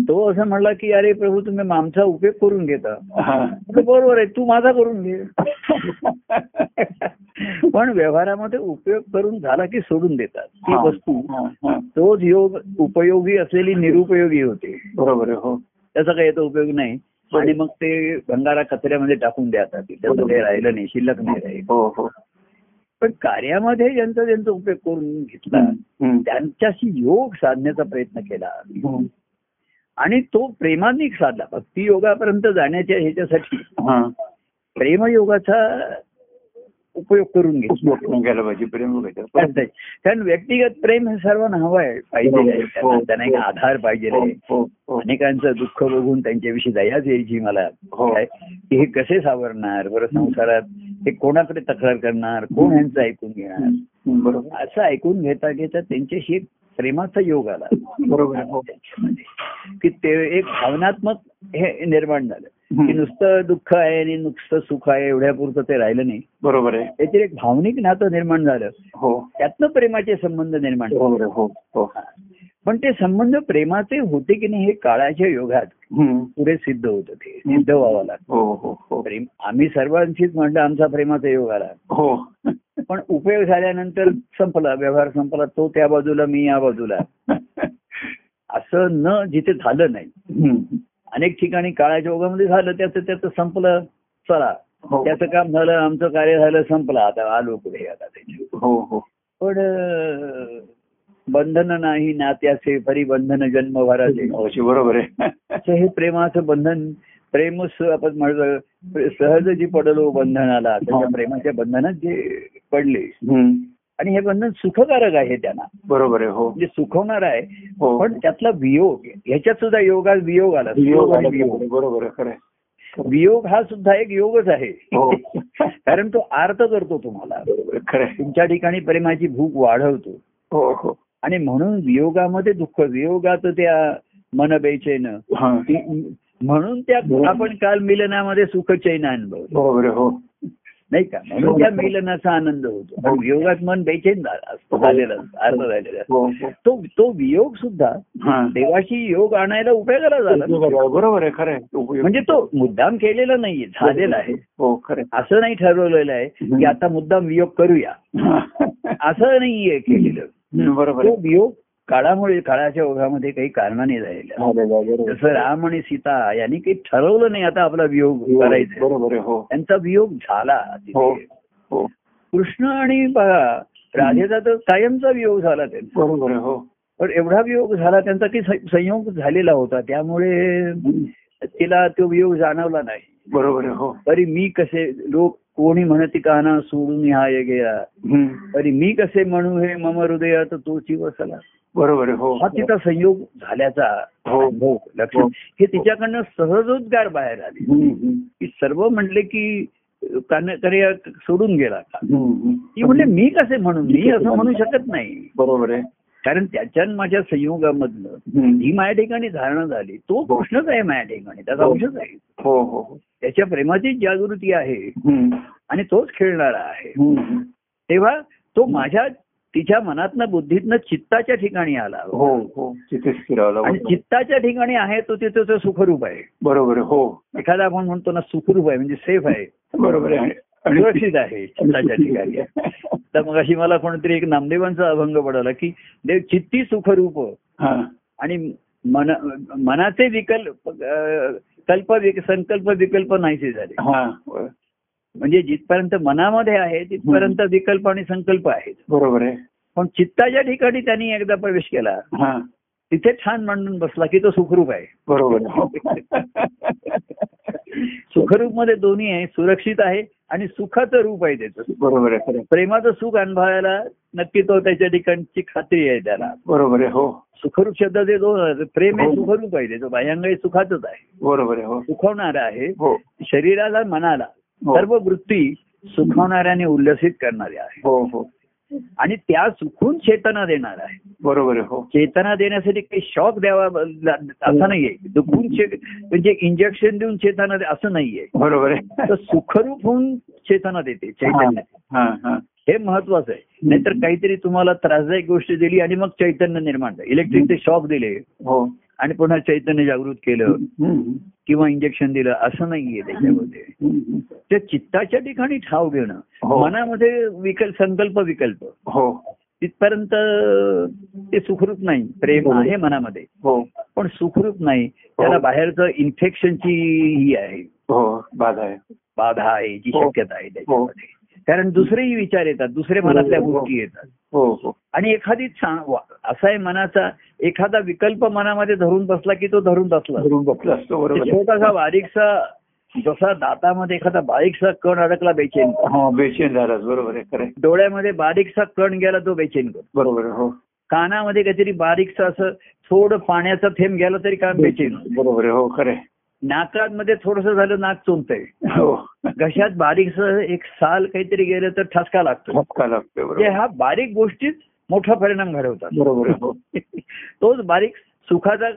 S2: तो असं म्हणला की अरे प्रभू तुम्ही आमचा उपयोग करून घेता
S1: [laughs] हा.
S2: म्हटलं, बरोबर आहे तू माझा करून घे [laughs] पण व्यवहारामध्ये उपयोग करून झाला की सोडून देतात ती
S1: हा,
S2: वस्तू
S1: हा, हा.
S2: तोच योग उपयोगी असलेली निरुपयोगी होते
S1: बरोबर आहे हो
S2: त्याचा काही आता उपयोग नाही आणि मग ते भंगारा कचऱ्यामध्ये टाकून द्यातात त्याचं काही राहिलं नाही शिल्लक नाही राहील
S1: हो हो
S2: पण कार्यामध्ये ज्यांचा ज्यांचा उपयोग करून घेतला
S1: हम्म.
S2: त्यांच्याशी योग साधण्याचा प्रयत्न केला
S1: हम्म.
S2: आणि तो प्रेमाने साधला भक्ती योगापर्यंत जाण्याच्या ह्याच्यासाठी
S1: हा.
S2: प्रेमयोगाचा उपयोग करून घेतला
S1: उपयोग करून घ्यायला पाहिजे प्रेम वगैरे
S2: करता येईल. कारण व्यक्तिगत प्रेम हे सर्वांना हवं आहे पाहिजे आहे. त्यांना त्यांना एक आधार पाहिजे आहे.
S1: हो, हो,
S2: अनेकांचं दुःख बघून त्यांच्याविषयी दयाच यायची मला
S1: हो.
S2: काय की हे कसे सावरणार बरं संसारात हे कोणाकडे तक्रार करणार कोण यांचं ऐकून घेणार
S1: हम्म, बरोबर
S2: असं ऐकून घेता घेता त्यांच्याशी एक प्रेमाचा योग आला
S1: बरोबर आहे, हो.
S2: की ते एक भावनात्मक हे निर्माण झालं की
S1: हम्म,
S2: नुसतं दुःख आहे आणि नुसतं सुख आहे एवढ्यापुरतं ते राहिलं नाही
S1: बरोबर आहे
S2: त्याचे एक भावनिक नातं निर्माण झालं
S1: हो
S2: त्यातनं प्रेमाचे संबंध निर्माण झाले.
S1: बरोबर आहे, हो हो
S2: पण ते संबंध प्रेमाचे होते की नाही हे काळाच्या योगात
S1: हम्म,
S2: पुढे सिद्ध होतं ते सिद्ध व्हावं लागतं
S1: हो हो हो
S2: प्रेम आम्ही सर्वांशीच म्हणलं आमचा प्रेमाचा योग आला
S1: हो
S2: पण उपयोग झाल्यानंतर संपला व्यवहार संपला तो त्या बाजूला मी या बाजूला असं न जिथे झालं नाही
S1: हम्म,
S2: अनेक ठिकाणी काळाच्या ओघामध्ये झालं त्याचं त्याचं संपलं चला
S1: हो
S2: त्याचं काम झालं आमचं कार्य झालं संपलं आता आलो पुढे आता त्याच्या
S1: हो हो
S2: पण अं, बंधन नाही नात्याचे फरी बंधन जन्मभराचे
S1: अवश्य बरोबर आहे
S2: असं हे प्रेमाचं बंधन प्रेम स- आपण म्हणलं प्रे- सहज जी पडलो बंधनाला त्याच्या प्रेमाच्या बंधनात जे पडले
S1: हम्म,
S2: आणि हे बंधन सुखकारक आहे त्यांना
S1: बरोबर आहे हो
S2: म्हणजे सुखवणार आहे
S1: हो
S2: पण त्यातला वियोग ह्याच्यात सुद्धा योगात वियोग आला
S1: वियोग
S2: सुयोग आणि
S1: आला
S2: वियोग.
S1: की बरोबर आहे खरं आहे.
S2: वियोग हा सुद्धा एक योगच आहे
S1: हो
S2: [laughs] कारण तो आर्त करतो तुम्हाला
S1: बरोबर आहे, खरं आहे.
S2: तुमच्या ठिकाणी प्रेमाची भूक वाढवतो
S1: हो हो
S2: आणि म्हणून वियोगामध्ये दुःख वियोगात त्या मन बेचैन
S1: हा
S2: म्हणून त्या आपण काल मिलनामध्ये सुख चैन अनुभव
S1: बरोबर आहे, हो
S2: नाही का म्हणून त्या मिलनाचा आनंद होतो पण वियोगात मन बेचैन झालं असतं, झालेलं असतं, अर्थ झालेलं असतं.
S1: हो हो
S2: तो तो वियोग सुद्धा
S1: हा
S2: देवाशी योग आणायला उपयोगाला झाला
S1: उपयोग आहे, बरोबर आहे खरं आहे उपयोग
S2: म्हणजे तो मुद्दाम केलेला नाहीये झालेला आहे
S1: हो खरं आहे.
S2: असं नाही ठरवलेलं आहे की आता मुद्दाम वियोग करूया
S1: हम्म,
S2: असं नाहीये केलेलं
S1: बरोबर
S2: तो
S1: आहे
S2: वियोग काळामुळे काळाच्या ओघामध्ये काही कारणाने झालेला
S1: झालेलं आहे, बरोबर आहे.
S2: जसं राम आणि सीता यांनी काही ठरवलं नाही आता आपला वियोग करायचा आहे.
S1: बरोबर आहे हो
S2: त्यांचा वियोग झाला
S1: हो
S2: तिथे.
S1: हो
S2: कृष्ण आणि बघा राधेचा तर कायमचा वियोग झाला त्यांचा
S1: बरोबर आहे हो
S2: पण एवढा वियोग झाला त्यांचा की सं- संयोग झालेला होता त्यामुळे तिला तो वियोग जाणवला नाही
S1: बरोबर आहे हो
S2: तरी मी कसे लोक कोणी म्हणते काना सोडून हा ये गेला
S1: हम्म,
S2: तरी मी कसे म्हणू हे मम हृदयात तो चिवसला
S1: बरोबर आहे हो
S2: हा तिचा संयोग झाल्याचा
S1: हो. हो.
S2: अनुभव लक्षात हे तिच्याकडनं सहजोद्गार बाहेर आले
S1: हम्म, हम्म,
S2: की सर्व म्हणले की अं, कान कार्य सोडून गेला का
S1: हम्म,
S2: ती म्हणले मी कसे म्हणून मी असं म्हणू शकत नाही
S1: बरोबर आहे
S2: कारण त्याच्या आणि माझ्या संयोगामधनं
S1: हम्म,
S2: ही माझ्या ठिकाणी धारणा झाली तो कृष्णच आहे माझ्या ठिकाणी त्याचा
S1: हो.
S2: अंशच आहे
S1: हो हो हो.
S2: त्याच्या प्रेमाचीच जागृती आहे
S1: हम्म,
S2: आणि तोच खेळणारा आहे
S1: हम्म,
S2: तेव्हा तो
S1: हो.
S2: माझ्या तिच्या मनातनं बुद्धीतनं चित्ताच्या ठिकाणी आला
S1: हो हो तिथे स्थिरावला
S2: आणि चित्ताच्या ठिकाणी आहे तो तिथे तो सुखरूप आहे
S1: बरोबर आहे हो
S2: एखादा आपण म्हणतो ना सुखरूप आहे म्हणजे सेफ आहे
S1: बरोबर आहे आणि- आणि
S2: सुरक्षित आहे चित्ताच्या ठिकाणी तर मग अशी मला कोणतरी एक नामदेवांचा अभंग पडला की देव चित्ती सुखरूप
S1: हा,
S2: आणि मन मनाचे विकल्प अं, कल्प विक- संकल्प विकल्प नाहीसे झाले
S1: हा,
S2: म्हणजे जिथपर्यंत मनामध्ये आहे तिथपर्यंत विकल्प आणि संकल्प आहेत
S1: बरोबर आहे
S2: पण चित्ताच्या ठिकाणी त्यांनी एकदा प्रवेश केला
S1: हा
S2: तिथे छान मांडून बसला की तो सुखरूप आहे
S1: बरोबर आहे हो.
S2: सुखरूप मध्ये दोन्ही आहे सुरक्षित आहे आणि सुखाचं रूप आहे त्याचं
S1: बरोबर आहे खरं आहे.
S2: प्रेमाचं सुख अनुभवायला नक्की तो त्याच्या ठिकाणची खात्री आहे त्याला
S1: बरोबर आहे हो
S2: सुखरूप शब्दाचे दोन अर्थ. प्रेम हे
S1: हो.
S2: सुखरूप आहे त्याचं बाह्यांग हे सुखाचंच आहे
S1: बरोबर आहे हो
S2: सुखवणार आहे
S1: हो
S2: शरीराला मनाला
S1: हो.
S2: सर्व वृत्ती सुखवणाऱ्या आणि उल्लसित करणाऱ्या आहे
S1: हो हो
S2: आणि त्या सुखून चेतना देणार आहे
S1: बरोबर आहे हो
S2: चेतना देण्यासाठी काही शॉक द्यावा असं नाहीये दुखून चे- म्हणजे इंजेक्शन देऊन चेतना दे असं नाहीये
S1: बरोबर
S2: तर
S1: आहे
S2: सुखरूप होऊन चेतना देते चैतन्य
S1: हा, हा.
S2: हे महत्वाचं आहे नाहीतर काहीतरी तुम्हाला त्रासदायक गोष्ट दिली आणि मग चैतन्य निर्माण झालं इलेक्ट्रिकचे शॉक दिले
S1: हो
S2: आणि पुन्हा चैतन्य जागृत केलं
S1: हम्म.
S2: किंवा इंजेक्शन दिलं असं नाहीये त्याच्यामध्ये
S1: हम्म.
S2: त्या चित्ताच्या ठिकाणी ठाव घेणं
S1: हो.
S2: मनामध्ये विकल्प संकल्प विकल्प
S1: हो
S2: तिथपर्यंत ते सुखरूप नाही प्रेम आहे मनामध्ये
S1: हो
S2: पण सुखरूप नाही त्याला बाहेरचं इन्फेक्शनची ही आहे
S1: हो बाधा आहे
S2: बाधा आहे जी
S1: हो.
S2: शक्यता आहे त्याच्यामध्ये कारण दुसरेही विचार येतात दुसरे
S1: हो,
S2: मनातल्या
S1: हो.
S2: गोष्टी येतात
S1: हो हो
S2: आणि एखादी चा- वा- असा आहे मनाचा एखादा विकल्प मनामध्ये धरून बसला की तो धरून बसला
S1: धरून बसला असतो बरोबर आहे.
S2: छोटासा बारीकसा जसा दातामध्ये एखादा बारीकसा कण अडकला बेचैन
S1: हा बेचैन झालाच बरोबर आहे खरं आहे.
S2: डोळ्यामध्ये बारीकसा कण गेला तो बेचैन करतो
S1: बरोबर आहे हो
S2: कानामध्ये काहीतरी बारीकसा असं थोडं पाण्याचा थेंब गेला तरी कान बेचैन होतं.
S1: बरोबर आहे हो खरं आहे.
S2: नाकात मध्ये थोडस झालं नाक चोंबतंय
S1: हो
S2: घशात बारीकस एक साल काहीतरी गेलं तर ठसका लागतो
S1: धक्का लागतोय
S2: जे
S1: बरोबर
S2: ह्या बारीक गोष्टीत मोठा परिणाम घडवतात
S1: बरोबर आहे हो
S2: [laughs] तोच बारीक सुखाचा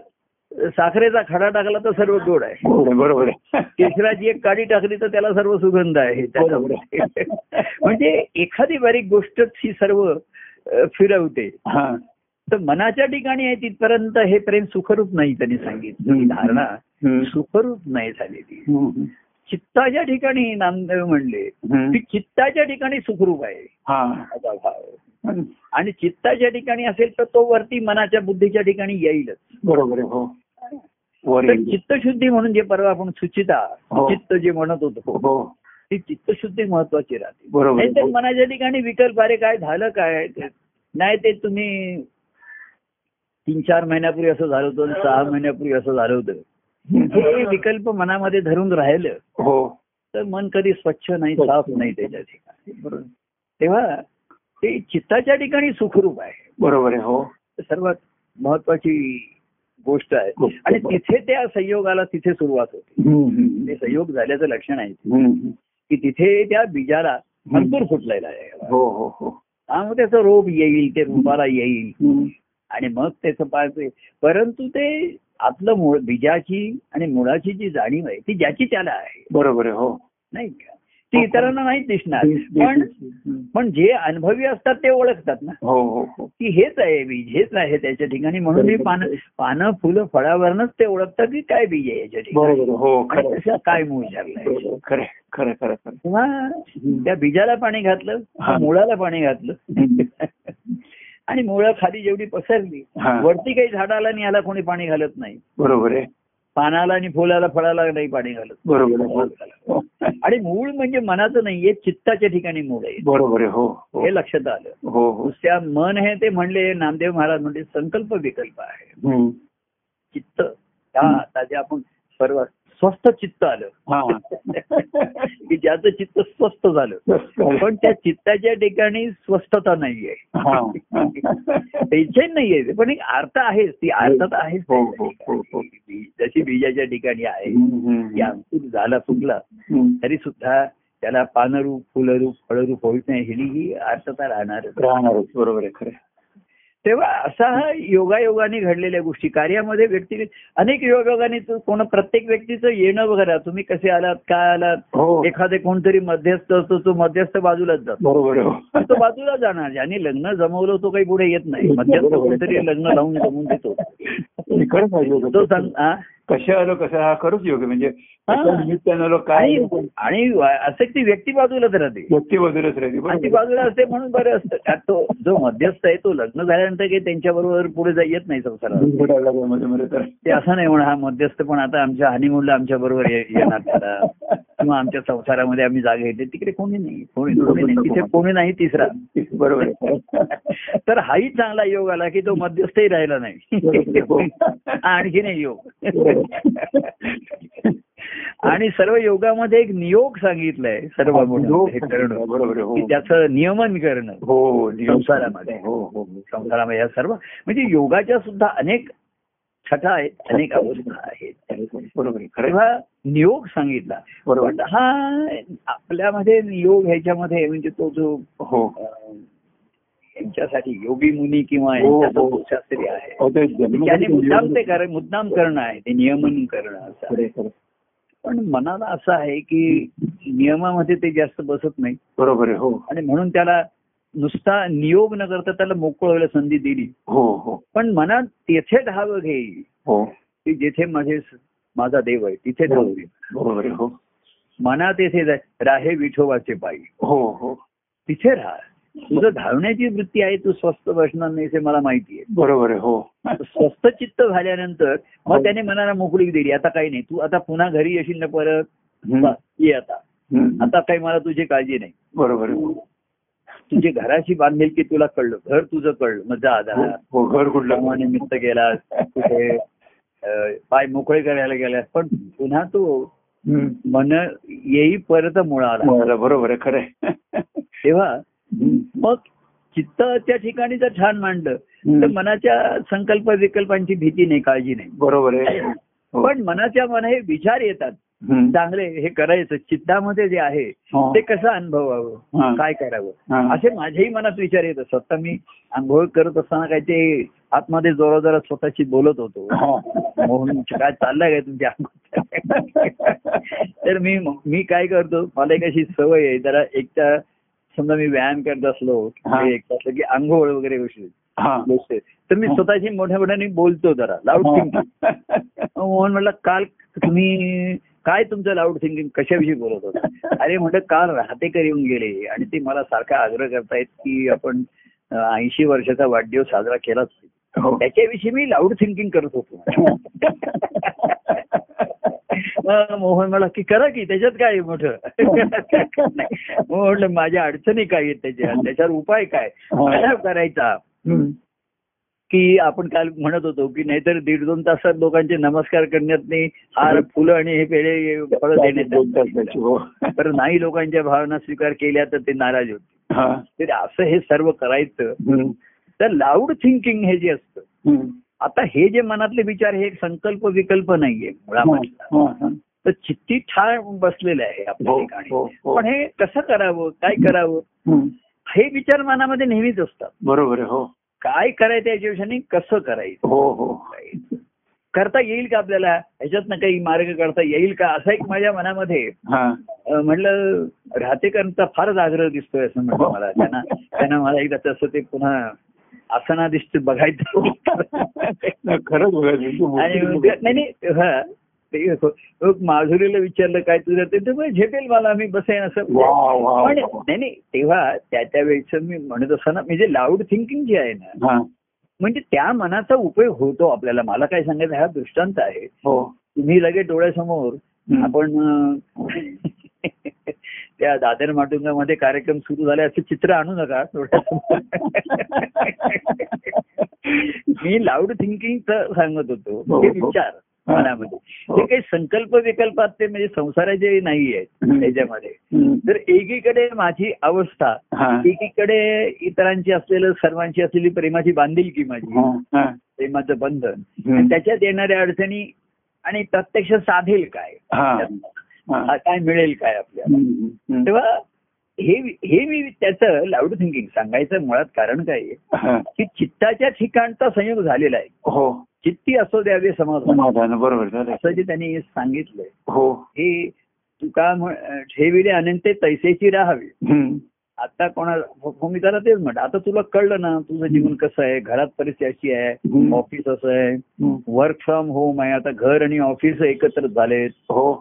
S2: साखरेचा खडा टाकला तर सर्व गोड आहे
S1: बरोबर आहे, बरोबर आहे
S2: केशराची एक काडी टाकली तर त्याला सर्व सुगंध आहे
S1: बरोबर
S2: त्याच्यामध्ये. [laughs] म्हणजे एखादी बारीक गोष्टच ही सर्व अ, फिरवते
S1: हा
S2: तर मनाच्या ठिकाणी आहे तिथपर्यंत हे प्रेम सुखरूप नाही त्यांनी सांगितलं ही धारणा
S1: हम्म.
S2: सुखरूप नाही झालेली
S1: हम्म.
S2: चित्ताच्या ठिकाणी नामदेव म्हणले
S1: हम्म.
S2: ती चित्ताच्या ठिकाणी सुखरूप आहे
S1: हा
S2: असा भाव. आणि चित्ताच्या ठिकाणी असेल तर तो वरती मनाच्या बुद्धीच्या ठिकाणी येईलच
S1: बरोबर आहे हो वर
S2: तर
S1: येईल.
S2: चित्तशुद्धी म्हणून जे परवा आपण सुचिता
S1: हो.
S2: चित्त जे म्हणत होतो
S1: हो
S2: ती चित्तशुद्धी महत्वाची राहते
S1: बरोबर
S2: नाहीतर
S1: आहे. हो.
S2: मनाच्या ठिकाणी विकल्प अरे काय झालं काय नाही ते तुम्ही तीन चार महिन्यापूर्वी असं झालं होतं आणि सहा महिन्यापूर्वी असं झालं होतं हे विकल्प मनामध्ये धरून राहिलं
S1: हो
S2: तर मन कधी स्वच्छ नाही
S1: स्वच्छ
S2: साफ
S1: नाही.
S2: नाही त्याच्या ठिकाणी तेव्हा ते चित्ताच्या ठिकाणी सुखरूप आहे
S1: बरोबर आहे हो
S2: सर्वात महत्वाची गोष्ट आहे
S1: गोष्ट.
S2: आणि तिथे त्या संयोगाला तिथे सुरुवात होते
S1: हम्म.
S2: ते संयोग झाल्याचं लक्षण आहे
S1: हम्म.
S2: की तिथे त्या बीजाला अंकुर फुटलेला आहे
S1: हो हो हो
S2: त्यामुळे त्याचं रोप येईल ते रोपाला येईल
S1: हम्म.
S2: आणि मग त्याचं पाहते परंतु ते आपलं मूळ बीजाची आणि मुळाची जी जाणीव आहे ती ज्याची त्याला आहे
S1: बरोबर आहे हो
S2: नाही का ती इतरांना नाही दिसणार पण
S1: हम्म.
S2: पण जे अनुभवी असतात ते ओळखतात ना
S1: हो हो हो
S2: की हेच आहे बीज हेच आहे त्याच्या ठिकाणी म्हणून मी पान पानं फुलं फळावरनच ते ओळखतात की काय बीज आहे याच्या ठिकाणी
S1: बरोबर हो
S2: आणि
S1: खरं
S2: त्याचं काय मूळ झालंय
S1: बरोबर. खरं खरं खरं खरं
S2: तेव्हा त्या बीजाला पाणी घातलं त्या मुळाला पाणी घातलं आणि मुळा खाली जेवढी पसरली
S1: हा.
S2: वरती काही झाडाला आणि याला कोणी पाणी घालत नाही
S1: बरोबर आहे
S2: पानाला आणि फुलाला फळाला नाही पाणी घालत
S1: बरोबर आहे हो.
S2: आणि मूळ म्हणजे मनाचं नाहीये चित्ताच्या ठिकाणी मूळ आहे
S1: बरोबर आहे हो हो
S2: हे लक्षात आलं
S1: हो हो
S2: नुसत्या मन हे ते म्हणले नामदेव महाराज म्हणजे संकल्प विकल्प आहे
S1: हम्म.
S2: चित्त त्या त्याचे आपण सर्व स्वस्थ चित्त आलं
S1: हा
S2: [laughs] की ज्याचं चित्त स्वस्थ झालं
S1: हो,
S2: पण त्या चित्ताच्या ठिकाणी स्वस्थता नाहीये
S1: हा.
S2: टेन्शन नाहीये ते, पण एक अर्थ आहेच ती अर्थता आहेच
S1: हो,
S2: त्याच्या
S1: हो,
S2: ठिकाणी.
S1: हो, हो.
S2: बी- जशी बीजाच्या ठिकाणी आहे
S1: हम्म, हम्म.
S2: ती अंकुर झाला फुगला
S1: हम्म.
S2: तरी सुद्धा त्याला पानरूप फुलरूप फळरूप होईल नाही हिली ही अर्थता राहणार
S1: राहणारच बरोबर आहे खरं आहे.
S2: तेव्हा असा हा योगायोगाने घडलेल्या गोष्टी कार्यामध्ये व्यक्ती अनेक योगायोगाने तो कोण प्रत्येक व्यक्तीचं येणं वगैरे तुम्ही कसे आलात काय आलात
S1: हो
S2: एखादे कोणतरी मध्यस्थ असतो तो मध्यस्थ बाजूलाच जातो
S1: बरोबर आहे हो.
S2: तो बाजूला जाणार ज्याने लग्न जमवलं तो काही पुढे येत नाही मध्यस्थ कोणतरी लग्न लावून जमून देतो
S1: हो, हे खरंच आहे योग.
S2: तो सांग हा?
S1: कशा आलो कसा हा खरंच योग्य म्हणजे कशा निमित्तानं आलो काय
S2: आणि- आणि असं ती व्यक्ती बाजूलाच राहते
S1: व्यक्ती बदलच राहते
S2: आणि ती
S1: बरोबर
S2: बाजूला असते म्हणून बरं असतं कारण तो जो मध्यस्थ आहे तो लग्न झाल्यानंतर काही त्यांच्याबरोबर पुढे जाय येत नाही संसारात
S1: दुर्घटना लागल्या मध्ये मध्ये तर
S2: ते असं नाही म्हणा हा मध्यस्थ पण आता आमच्या हनीमूनला आमच्या बरोबर येणार त्याला किंवा आमच्या संसारामध्ये आम्ही जागा घेतली तिकडे कोणी नाही कोणी कोणी नाही तिथे कोणी नाही तिसरा
S1: बरोबर आहे
S2: [laughs] तर हाही चांगला योग आला की तो मध्यस्थही राहिला नाही
S1: बरोबर आहे. हो.
S2: आणखीन एक योग
S1: बरोबर.
S2: आणि सर्व योगामध्ये एक नियोग सांगितलाय सर्व म्हणून हे करणं
S1: हो, बरोबर आहे, हो.
S2: की त्याचं नियमन करणं
S1: हो नियम.
S2: संसारामध्ये.
S1: हो हो हो.
S2: संसारामध्ये या सर्व म्हणजे योगाच्या सुद्धा अनेक छटा आहेत अनेक अवस्था आहेत
S1: बरोबर आहे, खरं आहे.
S2: तेव्हा नियोग सांगितला
S1: बरोबर
S2: पण हा आपल्यामध्ये नियोग ह्याच्यामध्ये म्हणजे तो जो
S1: हो
S2: अं, यांच्यासाठी योगी मुनी किंवा
S1: हो, हो.
S2: यांच्यासाठी जो शास्त्री आहे
S1: हो, ते जन्म-
S2: त्याने मुद्दाम ते कर मुद्दाम करणं आहे ते नियमन करणं असं आहे.
S1: खरं आहे, खरं आहे.
S2: पण मनाला असं आहे की नियमामध्ये ते जास्त बसत नाही
S1: बरोबर आहे हो
S2: आणि म्हणून त्याला नुसता नियोग न करता त्याला मोकळं व्हायला संधी दिली
S1: हो हो
S2: पण मनात तेथे धाव घेई
S1: हो
S2: की जेथे माझे स- माझा देव आहे तिथे धाव घे
S1: बरोबर आहे हो
S2: मनात येथे जा- राहे विठोबाचे पायी
S1: हो हो
S2: तिथे राहा तुझं धावण्याची वृत्ती आहे तू स्वस्त बसणार नाही हे मला माहिती आहे
S1: बरोबर आहे हो
S2: स्वस्त चित्त झाल्यानंतर
S1: हो.
S2: मग त्याने मनाला मोकळी दिली आता काही नाही तू आता पुन्हा घरी येशील ना परत
S1: हम्म.
S2: बा, ये आता
S1: हम्म.
S2: आता काही मला तुझी काळजी नाही
S1: बरोबर आहे हो,
S2: तुझे घराशी बांधेल की तुला कळलं घर तुझं कळलं मग जा
S1: हो,
S2: आता
S1: हो घर कुठलं
S2: कामानिमित्त गेलास कुठे अं, पाय मोकळे करायला गेलास पण पुन्हा तो
S1: हम्म.
S2: मन येई परत मुळाला
S1: बरं, बरोबर आहे खरं आहे.
S2: तेव्हा
S1: हम्म.
S2: मग चित्त त्या ठिकाणी जर छान मांडलं तर
S1: हम्म.
S2: मनाच्या संकल्प विकल्पांची भीती नाही काळजी नाही
S1: बरोबर आहे हो.
S2: पण मनाच्या मन हे विचार येतात
S1: हम्म.
S2: चांगले हे करायचं चित्तामध्ये जे आहे
S1: हो.
S2: ते कसं अनुभवावं
S1: हा.
S2: काय करावं
S1: हा.
S2: असे माझ्याही मनात विचार येत असतात आता मी आंघोळ करत असताना काही ते आतमध्ये जोराजोरात स्वतःशी बोलत होतो
S1: हा.
S2: मोहन काय चाललंय काय तुमच्या आंघोळ तर मी मी काय करतो मला एक अशी सवय आहे जरा एकटा समजा मी व्यायाम करत असलो
S1: हा.
S2: एकटा असलो की आंघोळ वगैरे गोष्टी
S1: हा.
S2: गोष्ट आहे. तर मी
S1: हा.
S2: स्वतःशी मोठ्या मोठ्याने बोलतो जरा लाऊड
S1: Oh.
S2: थिंकिंग मोहन म्हटलं काल तुम्ही काय तुमचं लाऊड थिंकिंग कशाविषयी बोलत होता अरे म्हटलं काल राहतेकर येऊन गेले आणि ते मला सारखा आग्रह करतायत की आपण ऐंशी वर्षाचा वाढदिवस साजरा केलाच पाहिजे.
S1: हो.
S2: त्याच्याविषयी मी लाऊड थिंकिंग करत होतो मग मोहन मला की करा की त्याच्यात काय आहे मोठं नाही. मग म्हटलं माझ्या अडचणी काय आहेत त्याच्यात त्याच्यावर उपाय काय
S1: हो.
S2: काय करायचा
S1: हम्म.
S2: की आपण काल म्हणत होतो की नाहीतर दीड दोन तासात लोकांचे नमस्कार करण्यात नाही हार फुलं आणि हे पेढे फळं देण्यात
S1: बोलतात त्याची,
S2: येतात.
S1: हो.
S2: तर नाही लोकांच्या भावना स्वीकार केल्या तर ते नाराज होते
S1: हा.
S2: तर असं हे सर्व करायचं
S1: हम्म.
S2: तर लाऊड थिंकिंग हे जे असतं
S1: हम्म.
S2: आता हे जे मनातले विचार हे एक संकल्प विकल्प नाहीये मुळामध्ये
S1: हा, हा.
S2: तर चित्ती ठाण बसलेलं आहे आपल्या
S1: हो, हो,
S2: ठिकाणी
S1: हो.
S2: पण हे कसं करावं काय करावं
S1: हम्म.
S2: हे विचार मनामध्ये नेहमीच असतात
S1: बरोबर आहे हो
S2: काय करायचं याच्या विषयाने कसं करायचं
S1: हो हो
S2: करता येईल का आपल्याला ह्याच्यातनं काही मार्ग करता येईल का असा एक माझ्या मनामध्ये
S1: हा
S2: अं, म्हटलं राहतेकरांचा फारच आग्रह दिसतोय असं म्हटलं मला त्यांना त्यांना मला एकदा तसं ते पुन्हा आसनादिष्ट बघायचं
S1: नाही, खरंच बघा तुमची
S2: आणि
S1: मूर्ती
S2: मग- नाही नाही हा ते असं. मग माधुरीला विचारलं काय तुझं ते तर म्हणे, झेपेल मला मी बसेन असं
S1: वा, वा, वा.
S2: पण नाही नाही तेव्हा त्या त्या वेळेचं मी म्हणत असताना म्हणजे लाऊड थिंकिंग जे आहे ना
S1: हा
S2: म्हणजे त्या मनाचा उपयोग होतो आपल्याला मला काय सांगायचं हा दृष्टांत आहे
S1: हो
S2: तुम्ही लगेच डोळ्यासमोर
S1: हम्म.
S2: आपण अं, त्या दादर माटुंगामध्ये कार्यक्रम सुरू झाले असं चित्र आणू नका डोळ्यासमोर मी लाऊड थिंकिंगचं सांगत होतो
S1: हो,
S2: ते
S1: हो.
S2: विचार
S1: हा.
S2: मनामध्ये
S1: हो.
S2: ते काही संकल्प विकल्पात ते म्हणजे संसाराचे नाही
S1: हम्म.
S2: आहेत त्याच्यामध्ये
S1: हम्म.
S2: तर एकीकडे माझी अवस्था
S1: हा.
S2: एकीकडे इतरांची असलेलं सर्वांची असलेली प्रेमाची बांधिलकी माझी
S1: हा, हा.
S2: प्रेमाचं बंधन
S1: हम्म.
S2: आणि त्याच्यात येणाऱ्या अडचणी आणि प्रत्यक्ष साधेल काय
S1: हा.
S2: हा
S1: हा.
S2: काय मिळेल काय आपल्याला
S1: हम्म. हम्म.
S2: तेव्हा हे हे मी त्याचं लाऊड थिंकिंग सांगायचं मुळात कारण काय आहे
S1: हा.
S2: की चित्ताच्या ठिकाणचा संयोग झालेला आहे
S1: हो
S2: चित्ती असो द्यावे समाधान
S1: समाधान बरोबर झालं
S2: असं जे त्यांनी सांगितलंय
S1: हो
S2: हे तुका म्हण- ठेविले अनंत तैसेची राहावी
S1: हम्म.
S2: आता कोणा हो मी त्याला तेच म्हणत आता तुला कळलं ना तुझं जीवन कसं आहे घरात परिस्थिती अशी आहे
S1: हम्म.
S2: ऑफिस असं आहे
S1: हम्म.
S2: वर्क फ्रॉम होम आहे आता घर आणि ऑफिस एकत्र झालेत
S1: हो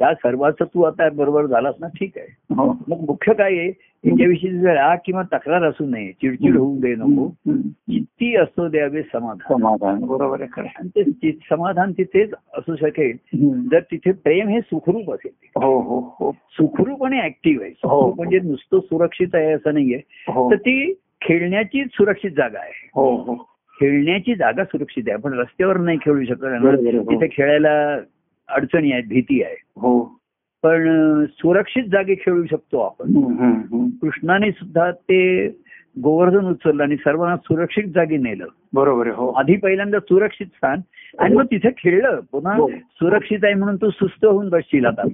S2: या सर्वाचं तू आता बरोबर झालास ना ठीक आहे
S1: हो
S2: मग मुख्य काय आहे याच्याविषयी तुझा राग किंवा तक्रार असू नये चिडचिड होऊ दे नको
S1: हम्म.
S2: चित्ती असतो द्यावे समाधान
S1: समाधान बरोबर आहे खरं
S2: आणि ते चि- समाधान तिथेच असू शकेल
S1: हम्म.
S2: जर तिथे प्रेम हे सुखरूप असेल
S1: हो हो हो
S2: सुखरूप आणि ऍक्टिव्ह आहे सुखरूप म्हणजे नुसतं सुरक्षित आहे असं नाहीये
S1: हो
S2: तर ती खेळण्याची सुरक्षित जागा आहे
S1: हो हो
S2: खेळण्याची जागा सुरक्षित आहे आपण रस्त्यावर नाही खेळू शकत
S1: बरोबर, हो.
S2: तिथे खेळायला अडचणी आहेत भीती आहे
S1: हो
S2: पण अं, सुरक्षित जागी खेळू शकतो आपण
S1: हम्म, हम्म, हम्म.
S2: कृष्णाने सुद्धा ते गोवर्धन उचललं आणि सर्वांना सुरक्षित जागी नेलं
S1: बरोबर आहे हो
S2: आधी पहिल्यांदा सुरक्षित स्थान आणि मग तिथे खेळलं पुन्हा
S1: हो.
S2: सुरक्षित आहे म्हणून तू सुस्त होऊन बसशील आता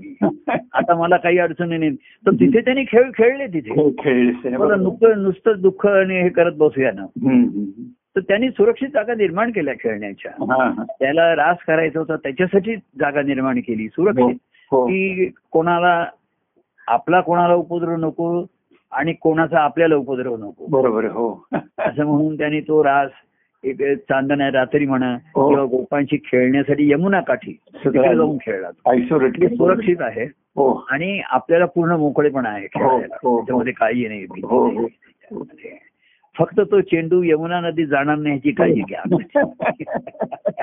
S2: आता मला काही अडचणी नाही तर तिथे त्यांनी खेळ खेळले तिथे
S1: खेळ खेळलेस त्याने,
S2: मला
S1: हो. बरोबर.
S2: नुकतं नुसतं दुःख आणि हे करत बसूया ना
S1: हम्म, हम्म.
S2: तर त्यांनी सुरक्षित जागा निर्माण केल्या खेळण्याच्या
S1: हा, हा.
S2: त्याला रास करायचा होता त्याच्यासाठी जागा निर्माण केली सुरक्षित
S1: हो
S2: की कोणाला आपला कोणाला उपद्रव नको आणि कोणाचा आपल्याला उपद्रव नको
S1: बरोबर आहे, हो
S2: असं म्हणून त्यांनी तो रास एक चांदण्या रात्री म्हणा
S1: हो.
S2: किंवा गोपांशी खेळण्यासाठी यमुना काठी तिकडे
S1: सगळ्या-
S2: जाऊन खेळला तो.
S1: आयसोलेटली
S2: ते सुरक्षित आहे
S1: हो
S2: आणि आपल्याला पूर्ण मोकळेपणा आहे खेळायला
S1: हो, हो.
S2: त्याच्यामध्ये काही नाही भीती
S1: हो, हो.
S2: नाही. त्यामध्ये फक्त तो चेंडू यमुना नदी जाणार नाही याची काळजी घ्या
S1: हो.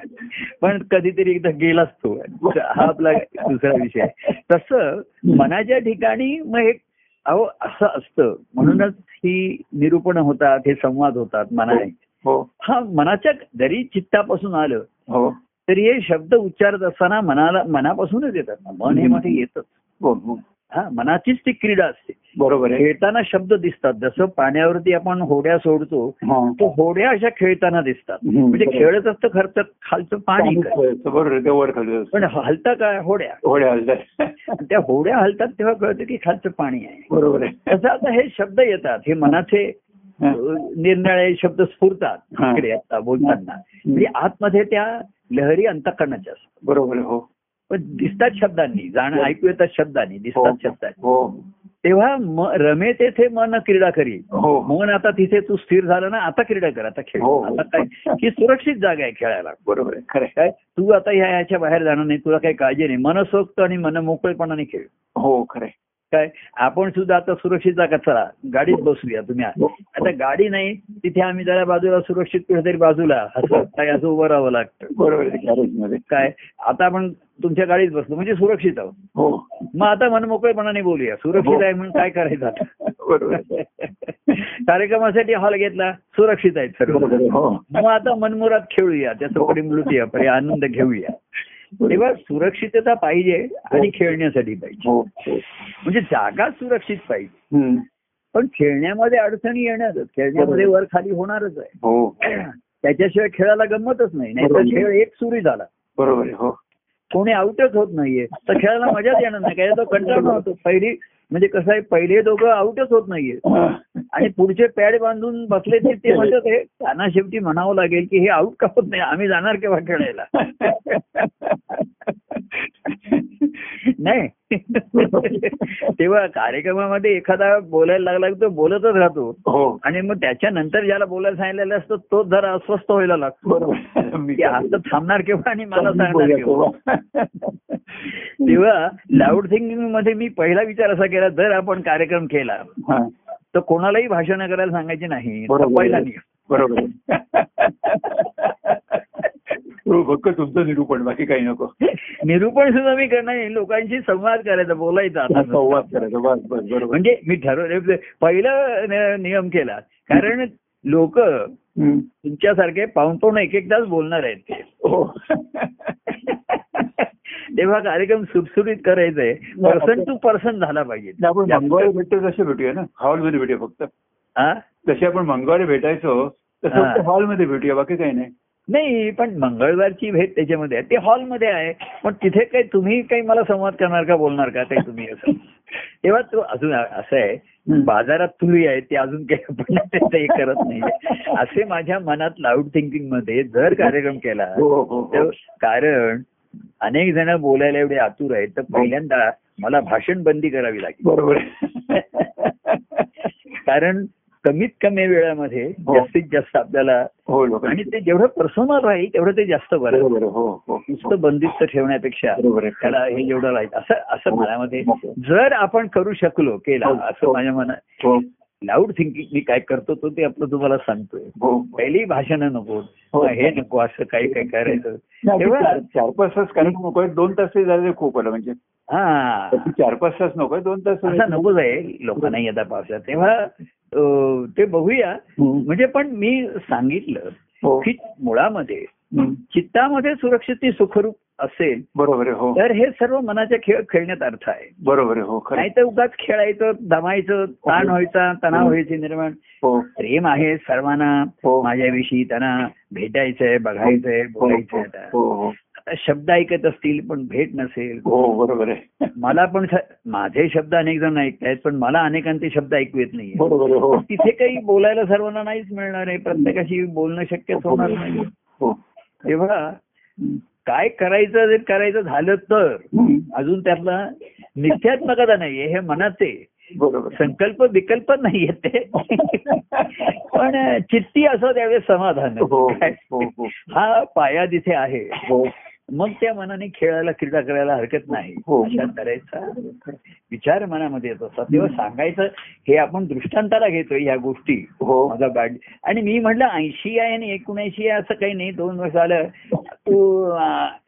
S2: पण कधीतरी एकदा गेलाच तो हा आपला दुसरा विषय आहे तसं मनाच्या ठिकाणी मग एक अहो असं असतं म्हणूनच ही निरूपण होतात हे संवाद होतात मनाने
S1: हो
S2: हा मनाच्या जरी चित्तापासून आलं
S1: हो
S2: तरी हे शब्द उच्चारत असताना मनाला मनापासूनच येतात मन हे मध्ये येतच
S1: हो हो.
S2: हा मनाचीच ती क्रीडा असते
S1: बरोबर आहे
S2: खेळताना शब्द दिसतात जसं पाण्यावरती आपण होड्या सोडतो
S1: हा.
S2: तो होड्या अशा खेळताना दिसतात
S1: हम्म,
S2: म्हणजे
S1: बरोबर.
S2: खेळत असतं खर्च खालचं पाणी
S1: पाणी खेळायचं, बरोबर आहे, ते वर खाली
S2: पण हलता काय होड्या
S1: होड्या हलतात.
S2: [laughs] त्या होड्या हलतात तेव्हा कळतं की खालचं पाणी आहे
S1: बरोबर आहे
S2: तसं आता हे शब्द येतात हे मनाचे
S1: हा.
S2: अं, निरनिराळे शब्द स्फुरतात
S1: हा.
S2: इकडे आता बोलताना म्हणजे आतमध्ये त्या लहरी अंतकरणाच्या असतात
S1: बरोबर आहे, हो
S2: पण दिसतात शब्दांनी जाण ऐकू येतात शब्दांनी दिसतात
S1: हो.
S2: शब्दांनी
S1: हो
S2: तेव्हा म- रमे तेथे मन क्रीडा करी
S1: हो हो
S2: मन आता तिथे तू स्थिर झाला ना आता क्रीडा कर आता खेळ
S1: हो.
S2: आता काय ही सुरक्षित जागा आहे खेळायला
S1: बरोबर आहे खरं आहे.
S2: काय तू आता ह्या ह्याच्या बाहेर जाणार नाही तुला काही काळजी नाही मनसोक्त आणि मन मोकळेपणाने खेळ
S1: हो खरं आहे.
S2: काय आपण सुद्धा आता सुरक्षित जागा चला गाडीत बसूया तुम्ही आ-
S1: हो.
S2: आता गाडी नाही तिथे आम्ही जरा बाजूला सुरक्षित कुठेतरी बाजूला असं काय असं उभं राहावं लागतं
S1: बरोबर आहे गॅरेजमध्ये
S2: काय आता आपण तुमच्या गाडीत बसलो म्हणजे सुरक्षित आहोत
S1: हो
S2: मग आता मन मोकळेपणाने बोलूया सुरक्षित आहे म्हणून काय करायचं आता?
S1: [laughs] बरोबर आहे.
S2: कार्यक्रमासाठी हॉल घेतला सुरक्षित आहेत सर्व
S1: बरोबर आहे, हो
S2: मग आता मनमुरात खेळूया त्याचं परिमृती आपण आनंद घेऊया तेव्हा सुरक्षितता पाहिजे आणि खेळण्यासाठी पाहिजे
S1: हो हो.
S2: म्हणजे जागा सुरक्षित पाहिजे
S1: हम्म.
S2: पण खेळण्यामध्ये अडचणी येणारच खेळण्यामध्ये वर खाली होणारच आहे
S1: हो
S2: त्याच्याशिवाय खेळाला गंमतच नाही नाहीतर खेळ एक सुरू झाला
S1: बरोबर आहे हो
S2: कोणी आउटच होत नाहीये तर खेळायला मजाच येणार नाही काय तो कंटाळा होतो पहिली म्हणजे कसं आहे पहिले दोघं आउटच होत नाहीये
S1: हा.
S2: आणि पुढचे पॅड बांधून बसले ते ते म्हणतात हे त्यांना शेवटी म्हणावं लागेल की हे आउट का होत नाही आम्ही जाणार केव्हा खेळायला नाही [laughs] तेव्हा कार्यक्रमामध्ये एखादा बोलायला लागला की तो बोलतच राहतो
S1: हो
S2: आणि मग त्याच्यानंतर ज्याला बोलायला सांगितलेलं असतं तो जरा अस्वस्थ व्हायला लागतो
S1: बरोबर मी
S2: की आता थांबणार केव्हा आणि मला
S1: मी
S2: सांगणार
S1: बोलूया
S2: केव्हा हो.
S1: तेव्हा.
S2: तेव्हा लाऊड थिंकिंग मध्ये मी पहिला विचार असा केला जर आपण कार्यक्रम केला
S1: हा.
S2: तर कोणालाही भाषण करायला सांगायची नाही
S1: बरोबर
S2: पहिला
S1: आहे. बरोबर आहे. हो, फक्त तुमचं निरूपण बाकी काही नको
S2: निरूपण सुद्धा मी करणार नाही लोकांशी संवाद करायचा बोलायचा आता
S1: संवाद करायचा बस बस हो, बरोबर
S2: म्हणजे मी ठरवले पहिलं न- नियम केला कारण लोक
S1: हम्म.
S2: तुमच्यासारखे पाहून पाहून एक एक तास बोलणार आहेत ते
S1: हो
S2: [laughs] तेव्हा कार्यक्रम सुटसुटीत करायचंय पर्सन टू पर्सन झाला पाहिजे
S1: नाही, आपण मंगळवारी भेटतो तसे भेटूया ना हॉलमध्ये भेटूया फक्त
S2: हा?
S1: जसे आपण मंगळवारी भेटायचो तसं
S2: हा.
S1: फक्त हॉलमध्ये भेटूया बाकी काही नाही
S2: नाही पण मंगळवारची भेट त्याच्यामध्ये आहे ते हॉलमध्ये आहे पण तिथे काही तुम्ही काही मला संवाद करणार का बोलणार का काही तुम्ही
S1: [laughs]
S2: असं तेव्हा तो अजून असं आहे बाजारात तुली आहे ते अजून काही
S1: [laughs]
S2: आपण त्याचं हे करत नाही असे माझ्या मनात लाऊड थिंकिंग मध्ये जर कार्यक्रम केला
S1: हो हो
S2: तर कारण अनेक जण बोलायला एवढे आतुर आहेत तर
S1: हो.
S2: पहिल्यांदा मला भाषण बंदी करावी लागेल
S1: बरोबर आहे.
S2: कारण कमीत कमी वेळामध्ये
S1: हो.
S2: जास्तीत जास्त आपल्याला
S1: हो लोक
S2: आणि ते जेवढं पर्सनल राहील तेवढं ते जास्त बरं आहे.
S1: बरोबर आहे, हो हो
S2: नुसतं बंदिस्त ठेवण्यापेक्षा
S1: बरोबर आहे.
S2: त्याला हे जेवढं राहील असं असं
S1: हो.
S2: मनामध्ये
S1: हो.
S2: जर आपण करू शकलो केला
S1: हो.
S2: असं
S1: हो.
S2: माझ्या मनात
S1: हो
S2: लाऊड थिंकिंग मी काय करतो तो ते आपलं तुम्हाला सांगतोय
S1: हो
S2: पहिली भाषण नको
S1: हो.
S2: हे नको असं काही काय करायचं
S1: नाही,
S2: तेव्हा
S1: चार चार पाच तास कारण नको आहे दोन तास तरी झाले खूप आलं म्हणजे
S2: हा
S1: तशी चार पाच तास नको आहे दोन तास
S2: असा नकोच आहे लोकांना येता पावसात तेव्हा अं, ते बघूया
S1: हम्म.
S2: म्हणजे पण मी सांगितलं
S1: हो
S2: की मुळामध्ये
S1: हम्म.
S2: चित्तामध्ये सुरक्षित ती सुखरूप असेल
S1: बरोबर आहे हो
S2: तर हे सर्व मनाचे खेळ खेळण्यात अर्थ आहे
S1: बरोबर आहे हो खरं
S2: नाहीतर उगाच खेळायचं दमायचं ताण व्हायचा तणाव व्हायचे निर्माण
S1: हो
S2: प्रेम आहे सर्वांना
S1: हो.
S2: माझ्याविषयी त्यांना भेटायचंय बघायचंय
S1: हो,
S2: बोलायचंय आता.
S1: हो हो
S2: आता शब्द ऐकत असतील पण भेट नसेल
S1: हो बरोबर आहे
S2: मला पण स- माझे शब्द अनेक जण ऐकतायत पण मला अनेकांचे शब्द ऐकू येत नाहीये
S1: [laughs] बरोबर आहे हो
S2: तिथे काही बोलायला सर्वांना नाहीच मिळणार आहे प्रत्येकाशी बोलणं शक्यच होणार नाही
S1: हो
S2: तेव्हा काय करायचं जर करायचं झालं तर
S1: हम्म.
S2: अजून त्यातला निश्चयात्मकता नाहीये हे मनाचे
S1: बरोबर आहे.
S2: संकल्प विकल्प नाहीये ते पण चित्ती असं त्यावेळेस समाधान
S1: हो, हो, हो.
S2: हा पाया जिथे आहे
S1: हो
S2: मग त्या मनाने खेळायला क्रीडा करायला हरकत नाही
S1: हो.
S2: अशा तऱ्हेचा विचार मनामध्ये येत असतात तेव्हा सांगायचं हे आपण दृष्टांताला घेतोय ह्या गोष्टी
S1: हो
S2: माझा बॅट आणि मी म्हटलं ऐंशी आहे आणि एकोणऐंशी आहे असं काही नाही दोन वर्ष आलं तू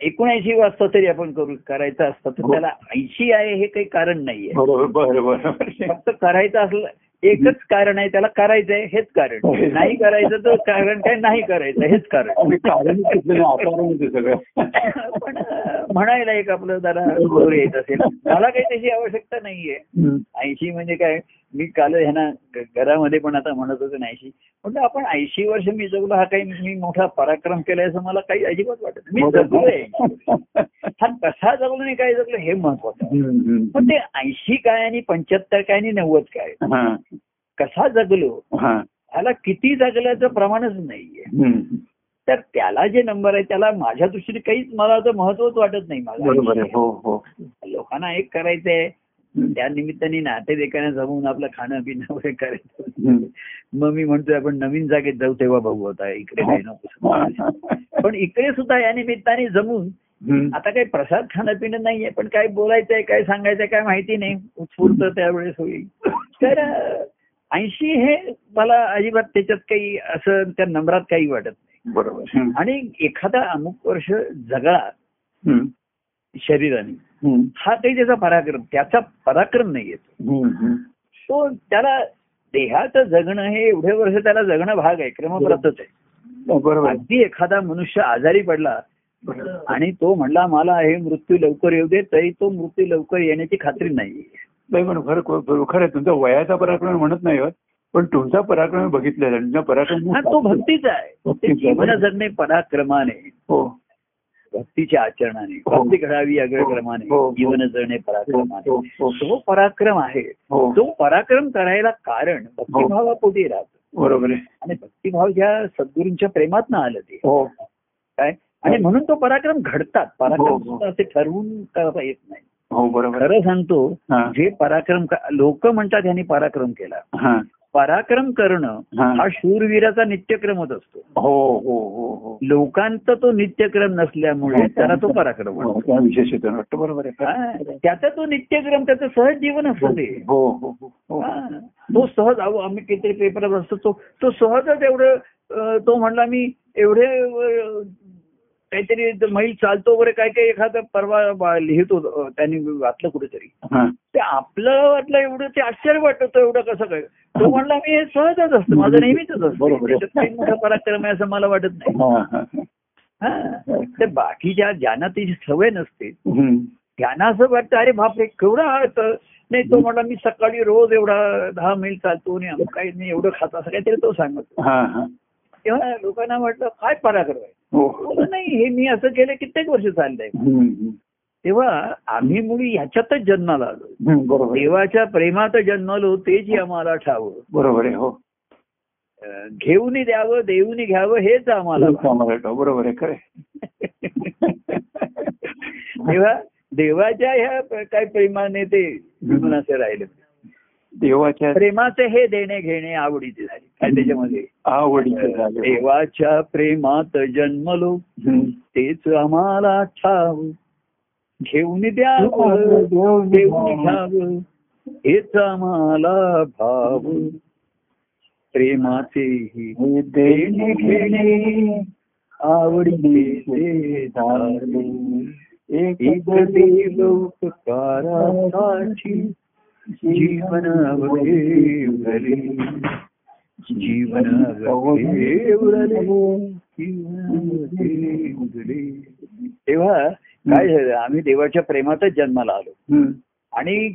S2: एकोणऐंशी वाजता तरी आपण करू करायचं असतं तर
S1: हो.
S2: त्याला ऐंशी आहे हे काही कारण नाहीये
S1: बरोबर बरं बरोबर आहे.
S2: फक्त करायचं असलं एकच कारण आहे त्याला करायचं आहे हेच
S1: हो.
S2: कारण नाही करायचं तर कारण काय नाही करायचं हेच कारण
S1: आणि कारण तिथलं वातावरण होते सगळं
S2: पण अं, म्हणायला एक आपलं जरा जोर येत असेल मला काही त्याची आवश्यकता नाहीये
S1: हम्म.
S2: ऐंशी म्हणजे काय मी काल ह्यांना घ- घरामध्ये पण आता म्हणत होते ऐंशी म्हणजे आपण ऐंशी वर्ष मी जगलो हा काही मी मोठा पराक्रम केलाय असं मला काही अजिबात वाटत नाही. मी जगलोय हा कसा जगलो आणि काय जगलो हे महत्वाचं आहे.
S1: हम्म, हम्म.
S2: पण ते ऐंशी काय आणि पंच्याहत्तर काय आणि नव्वद काय
S1: हा,
S2: कसा जगलो
S1: हा.
S2: त्याला किती जगल्याचं प्रमाणच नाहीये
S1: हम्म.
S2: तर त्याला जे नंबर आहे त्याला माझ्या दृष्टीने काहीच मला आता महत्वच वाटत नाही
S1: बरोबर
S2: मला
S1: आहे हो हो
S2: लोकांना एक करायचंय त्या निमित्ताने नातेवाईकांना जमवून आपलं खाणं पिणं वगैरे करायचं
S1: हम्म.
S2: मग मी म्हणतोय आपण नवीन जागेत जाऊ तेव्हा बघू आता इकडे काही नको पण इकडे सुद्धा या निमित्ताने जमून
S1: हम्म.
S2: आता काही प्रसाद खाणं पिणं नाहीये पण काय बोलायचंय काय सांगायचंय काय माहिती नाही उत्स्फूर्त त्यावेळेस होईल तर ऐंशी हे मला अजिबात त्याच्यात काही असं त्या नंबरात काही वाटत नाही
S1: बरोबर हम्म.
S2: आणि एखादा अमुक वर्ष जगळा
S1: हम्म.
S2: शरीराने
S1: हम्म.
S2: हा काही त्याचा पराक्रम त्याचा पराक्रम नाही येतो
S1: हम्म. हम्म.
S2: तो त्याला देहाचं जगणं हे एवढे वर्ष त्याला जगणं भाग आहे क्रमप्राप्तच आहे
S1: हो, बरोबर आहे.
S2: अगदी एखादा मनुष्य आजारी पडला
S1: बरोबर.
S2: आणि तो म्हणला मला हे मृत्यू लवकर येऊ दे तरी तो मृत्यू लवकर येण्याची खात्री नाही
S1: नाही पण खरं खरं खरं आहे तुमचा वयाचा पराक्रम म्हणत नाही आहोत पण तुमचा पराक्रम बघितलेला आहे. तुमचा पराक्रम
S2: हा तो भक्तीचा आहे ते जीवन जगणे पराक्रमाने
S1: हो
S2: भक्तीच्या आचरणाने
S1: हो.
S2: भक्ती घडावी अग्रक्रमाने
S1: हो, हो.
S2: जीवन जगणे
S1: हो,
S2: पराक्रमाने
S1: हो, हो.
S2: तो पराक्रम आहे
S1: हो.
S2: तो पराक्रम करायला कारण भक्तिभावापोटी राहतो
S1: बरोबर आहे
S2: आणि भक्तिभाव ज्या सद्गुरूंच्या प्रेमात आलं ते
S1: हो
S2: काय आणि म्हणून तो पराक्रम घडतात
S1: हो,
S2: पराक्रम
S1: हो.
S2: सुद्धा असे ठरवून करता येत नाही
S1: हो बरोबर आहे.
S2: खरं सांगतो
S1: हा.
S2: जे पराक्रम लोक म्हणतात यांनी पराक्रम केला
S1: हा.
S2: पराक्रम करणं
S1: हा.
S2: हा शूरवीराचा नित्यक्रमच असतो
S1: हो हो हो हो
S2: लोकांचा तो नित्यक्रम नसल्यामुळे त्याला तो पराक्रम
S1: हो,
S2: म्हणतो
S1: त्या विशेष हेतूनं वाटतं हो. बरोबर आहे खरं.
S2: हा, त्याचा तो नित्यक्रम त्याचं सहज जीवन असतं ते
S1: हो हो हो हो
S2: हा, तो सहज अहो आम्ही कितीतरी पेपर असतो तो तो सहजच एवढं अं, तो म्हणला मी एवढे अं, काहीतरी मैल चालतो वगैरे काय काय एखादा परवा बा- लिहित होतो अं, त्यांनी वाचलं कुठेतरी
S1: हा.
S2: ते आपलं वाटलं एवढं ते आश्चर्य वाटत होतं एवढं कसं काय तो म्हणला मी हे सहजच असतं माझं नेहमीच असतं
S1: बरोबर.
S2: त्याच्यात काही मोठा पराक्रम आहे असं मला वाटत नाही
S1: हा, हा, हा.
S2: हा. ते बाकीच्या ज्यांना त्याची सवय नसते
S1: हम्म.
S2: त्यांना असं वाटतं अरे बापरे केवढा हा तर नाही तो म्हणला मी सकाळी रोज एवढा दहा मैल चालतो आणि अमुक काही नाही एवढं खात असं काहीतरी तो सांगत
S1: हा, हा.
S2: तेव्हा लोकांना वाटलं काय पराक्रम आहे
S1: हो.
S2: बोलला, नाही हे मी असं केलं कित्येक वर्ष चाललंय
S1: हम्म, हम्म.
S2: तेव्हा आम्ही मुली ह्याच्यातच जन्माला आलो
S1: हम्म, बरोबर आहे.
S2: देवाच्या प्रेमात जन्मालो तेच आम्हाला ठावं
S1: बरोबर आहे हो
S2: अं, घेऊनी द्यावं देऊनी घ्यावं हेच आम्हाला भाव.
S1: कामाला येतो. बरोबर आहे खरं आहे.
S2: तेव्हा देवाच्या ह्या प- काय प्रेमाने ते जीवनाचे राहिले
S1: देवाच्या
S2: प्रेमाचे हे देणे घेणे आवडीचे झाले काय त्याच्यामध्ये
S1: आवडीचे झाले हो.
S2: देवाच्या प्रेमात जन्मलो
S1: हम्म.
S2: तेच आम्हाला ठाव घेऊन द्यावं देऊन
S1: देव
S2: घ्यावं हेच आम्हाला भाव प्रेमाचेही
S1: देणे घेणे
S2: आवडीचे
S1: आवडीचे
S2: ते
S1: झाले.
S2: झाले.
S1: एक
S2: इकडे लोककारासाठी जीवन अवघे उरले जीवन अवघे उरले
S1: किनारे उघडे.
S2: तेव्हा काय झालं आम्ही देवाच्या प्रेमातच जन्माला आलो
S1: हं.
S2: आणि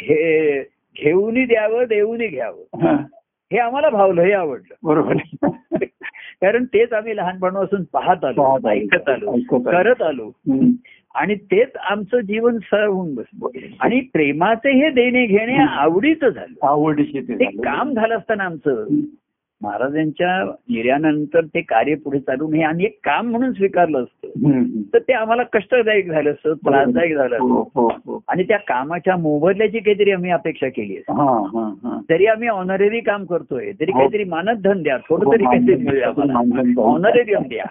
S2: घे घेऊनही द्यावं देऊनही घ्यावं
S1: हा,
S2: हे आम्हाला भावलं हे आवडलं
S1: बरोबर आहे.
S2: कारण तेच आम्ही लहानपणापासून पाहत आलो
S1: पाहत आलो,
S2: ऐकत आलो
S1: ऐकत आलो.
S2: करत आलो
S1: हं.
S2: आणि तेच आमचं जीवन सर होऊन बसलं आणि प्रेमाचे हे देणे घेणे आवडीचं झालं
S1: आवडीचे ते
S2: ते
S1: झालं.
S2: काम झालं असताना आमचं
S1: हं.
S2: महाराजांच्या निर्यानंतर ते कार्य पुढे चालून हे आम्ही एक काम म्हणून स्वीकारलं असतं
S1: हं.
S2: तर ते आम्हाला कष्टदायक झालं असतं त्रासदायक झालं असतं.
S1: हो, हो, हो.
S2: आणि त्या कामाच्या मोबदल्याची काहीतरी आम्ही अपेक्षा केली असते
S1: हा, हा, हा.
S2: तरी आम्ही ऑनररी काम करतोय तरी
S1: हो.
S2: काहीतरी मानधन द्या थोडं तरी
S1: हो,
S2: काहीतरी
S1: मानधन-
S2: मिळेल
S1: मानधन
S2: आम्हाला
S1: द्या.
S2: ऑनरेरियम द्या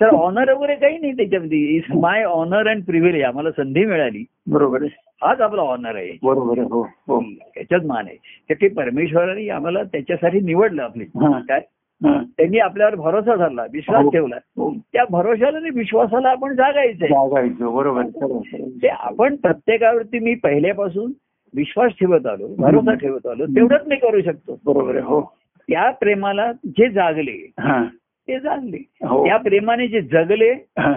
S2: तर ऑनर वगैरे काही नाही त्याच्यामध्ये it's my honour and privilege आम्हाला संधी मिळाली
S1: बरोबर आहे
S2: हाच आपला ऑनर आहे
S1: बरोबर आहे हो हो
S2: त्याच्यात मान आहे तर ते परमेश्वराने आम्हाला त्याच्यासाठी निवडलं आपली
S1: हा.
S2: काय
S1: हा.
S2: त्यांनी आपल्यावर भरोसा धरला विश्वास
S1: हो.
S2: ठेवला
S1: हो.
S2: त्या भरोशाला आणि विश्वासाला आपण जागायचंय
S1: जागायचं बरोबर आहे. खरं आहे, खरं आहे.
S2: ते आपण प्रत्येकावरती मी पहिल्यापासून विश्वास ठेवत आलो भरोसा ठेवत आलो तेवढंच मी करू शकतो
S1: बरोबर आहे हो
S2: त्या प्रेमाला जे जागले
S1: हा.
S2: ते जागले
S1: हो
S2: त्या प्रेमाने जे जगले
S1: [laughs] हा.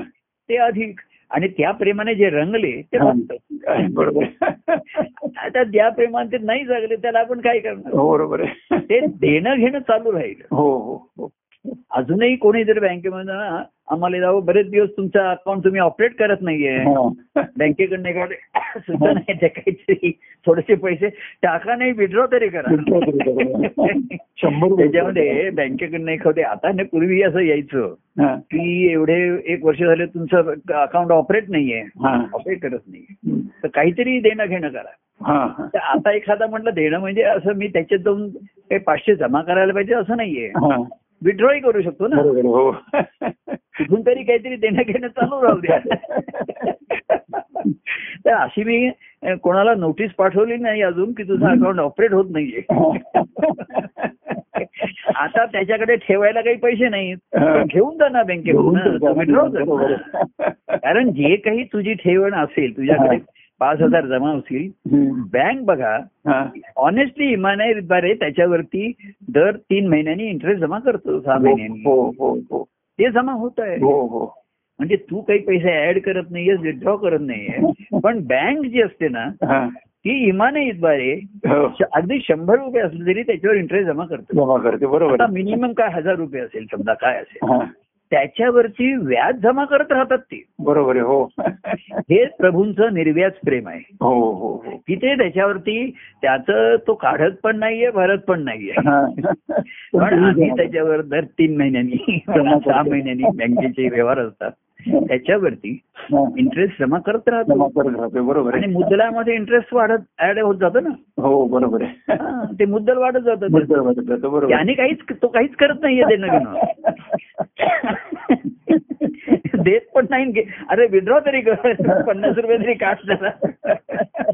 S2: ते अधिक आणि त्या प्रेमाने जे रंगले ते
S1: हा.
S2: फक्त
S1: आहे, बरोबर आहे.
S2: आता ज्या प्रेमाने ते नाही जगले त्याला आपण काय करणार
S1: हो बरोबर आहे
S2: ते देणं घेणं चालू राहील
S1: हो हो हो
S2: अजूनही कोणी जर बँकेमध्ये "हा, आम्हाला जाऊ बरेच दिवस तुमचा अकाउंट तुम्ही ऑपरेट करत नाहीये
S1: हा.
S2: बँकेकडनं एखादे सुद्धा नाही ते काहीतरी थोडेसे पैसे टाका नाही विड्रॉ तरी
S1: Withdraw तरी करा.
S2: करा
S1: शंभर रुपये.
S2: त्याच्यामध्ये बँकेकडनं एखादे आता नाही पूर्वी असं यायचं
S1: हा.
S2: की एवढे एक वर्ष झाले तुमचं अकाउंट ऑपरेट नाहीये
S1: हा.
S2: ऑपरेट करत नाहीये तर काहीतरी देणं घेणं करा
S1: हा, हा.
S2: तर आता एखादा म्हटलं देणं म्हणजे असं मी त्याच्यात जाऊन काही पाचशे जमा करायला पाहिजे असं नाहीये
S1: हा.
S2: विड्रॉही करू शकतो ना
S1: बरोबर आहे, हो
S2: कुठून तरी काहीतरी देणं घेणं चालू राहू द्या तर अशी मी अ, कोणाला नोटीस पाठवली नाही अजून की तुझं अकाउंट ऑपरेट होत
S1: [laughs]
S2: नाहीये आता त्याच्याकडे ठेवायला काही पैसे नाहीत पण घेऊन जा ना
S1: घेऊन
S2: बँकेकडून
S1: तर
S2: विड्रॉ
S1: जाणार, बरोबर आहे.
S2: कारण जे काही तुझी ठेवण असेल तुझ्याकडे पाच हजार जमा असतील
S1: हम्म.
S2: बँक बघा
S1: हा.
S2: ऑनेस्टली इमानदारीद्वारे त्याच्यावरती दर तीन महिन्यांनी इंटरेस्ट जमा करतो सहा
S1: हो
S2: महिन्यांनी
S1: हो हो
S2: ते जमा होत आहे
S1: हो हो
S2: म्हणजे तू काही पैसे ऍड करत नाहीये विथड्रॉ करत
S1: [laughs]
S2: नाहीये पण बँक जी असते ना
S1: हा.
S2: ती इमानदारीद्वारे
S1: हो.
S2: श- अगदी शंभर रुपये असले तरी त्याच्यावर इंटरेस्ट जमा करतो
S1: जमा करते बरोबर
S2: आता
S1: आहे.
S2: मिनिमम काय हजार रुपये असेल समजा काय असेल
S1: हा.
S2: त्याच्यावरती व्याज जमा करत राहतात ते
S1: बरोबर आहे हो
S2: हे प्रभूंचं निर्व्याज प्रेम आहे
S1: हो हो हो
S2: की ते त्याच्यावरती त्याचं तो काढत पण नाहीये भरत पण नाहीये
S1: हा.
S2: पण आम्ही त्याच्यावर दर तीन महिन्यांनी
S1: [laughs] जमा करतो.
S2: [laughs] सहा महिन्यांनी बँकेचे व्यवहार असतात त्याच्यावरती
S1: हा.
S2: इंटरेस्ट जमा करत राहतो
S1: जमा करत राहते बरोबर
S2: आणि
S1: आहे
S2: मुद्दलामध्ये इंटरेस्ट वाढत ऍड होत जातं ना
S1: हो बरोबर आहे
S2: हा, ते मुद्दल वाढत जातं
S1: बरोबर आहे, बरोबर आहे, बरोबर आहे.
S2: त्याने काहीच तो काहीच करत नाहीये
S1: [laughs]
S2: देणं घेणं देत पण नाही आणि घे- अरे विड्रॉ तरी कर पन्नास रुपये तरी काढ त्याला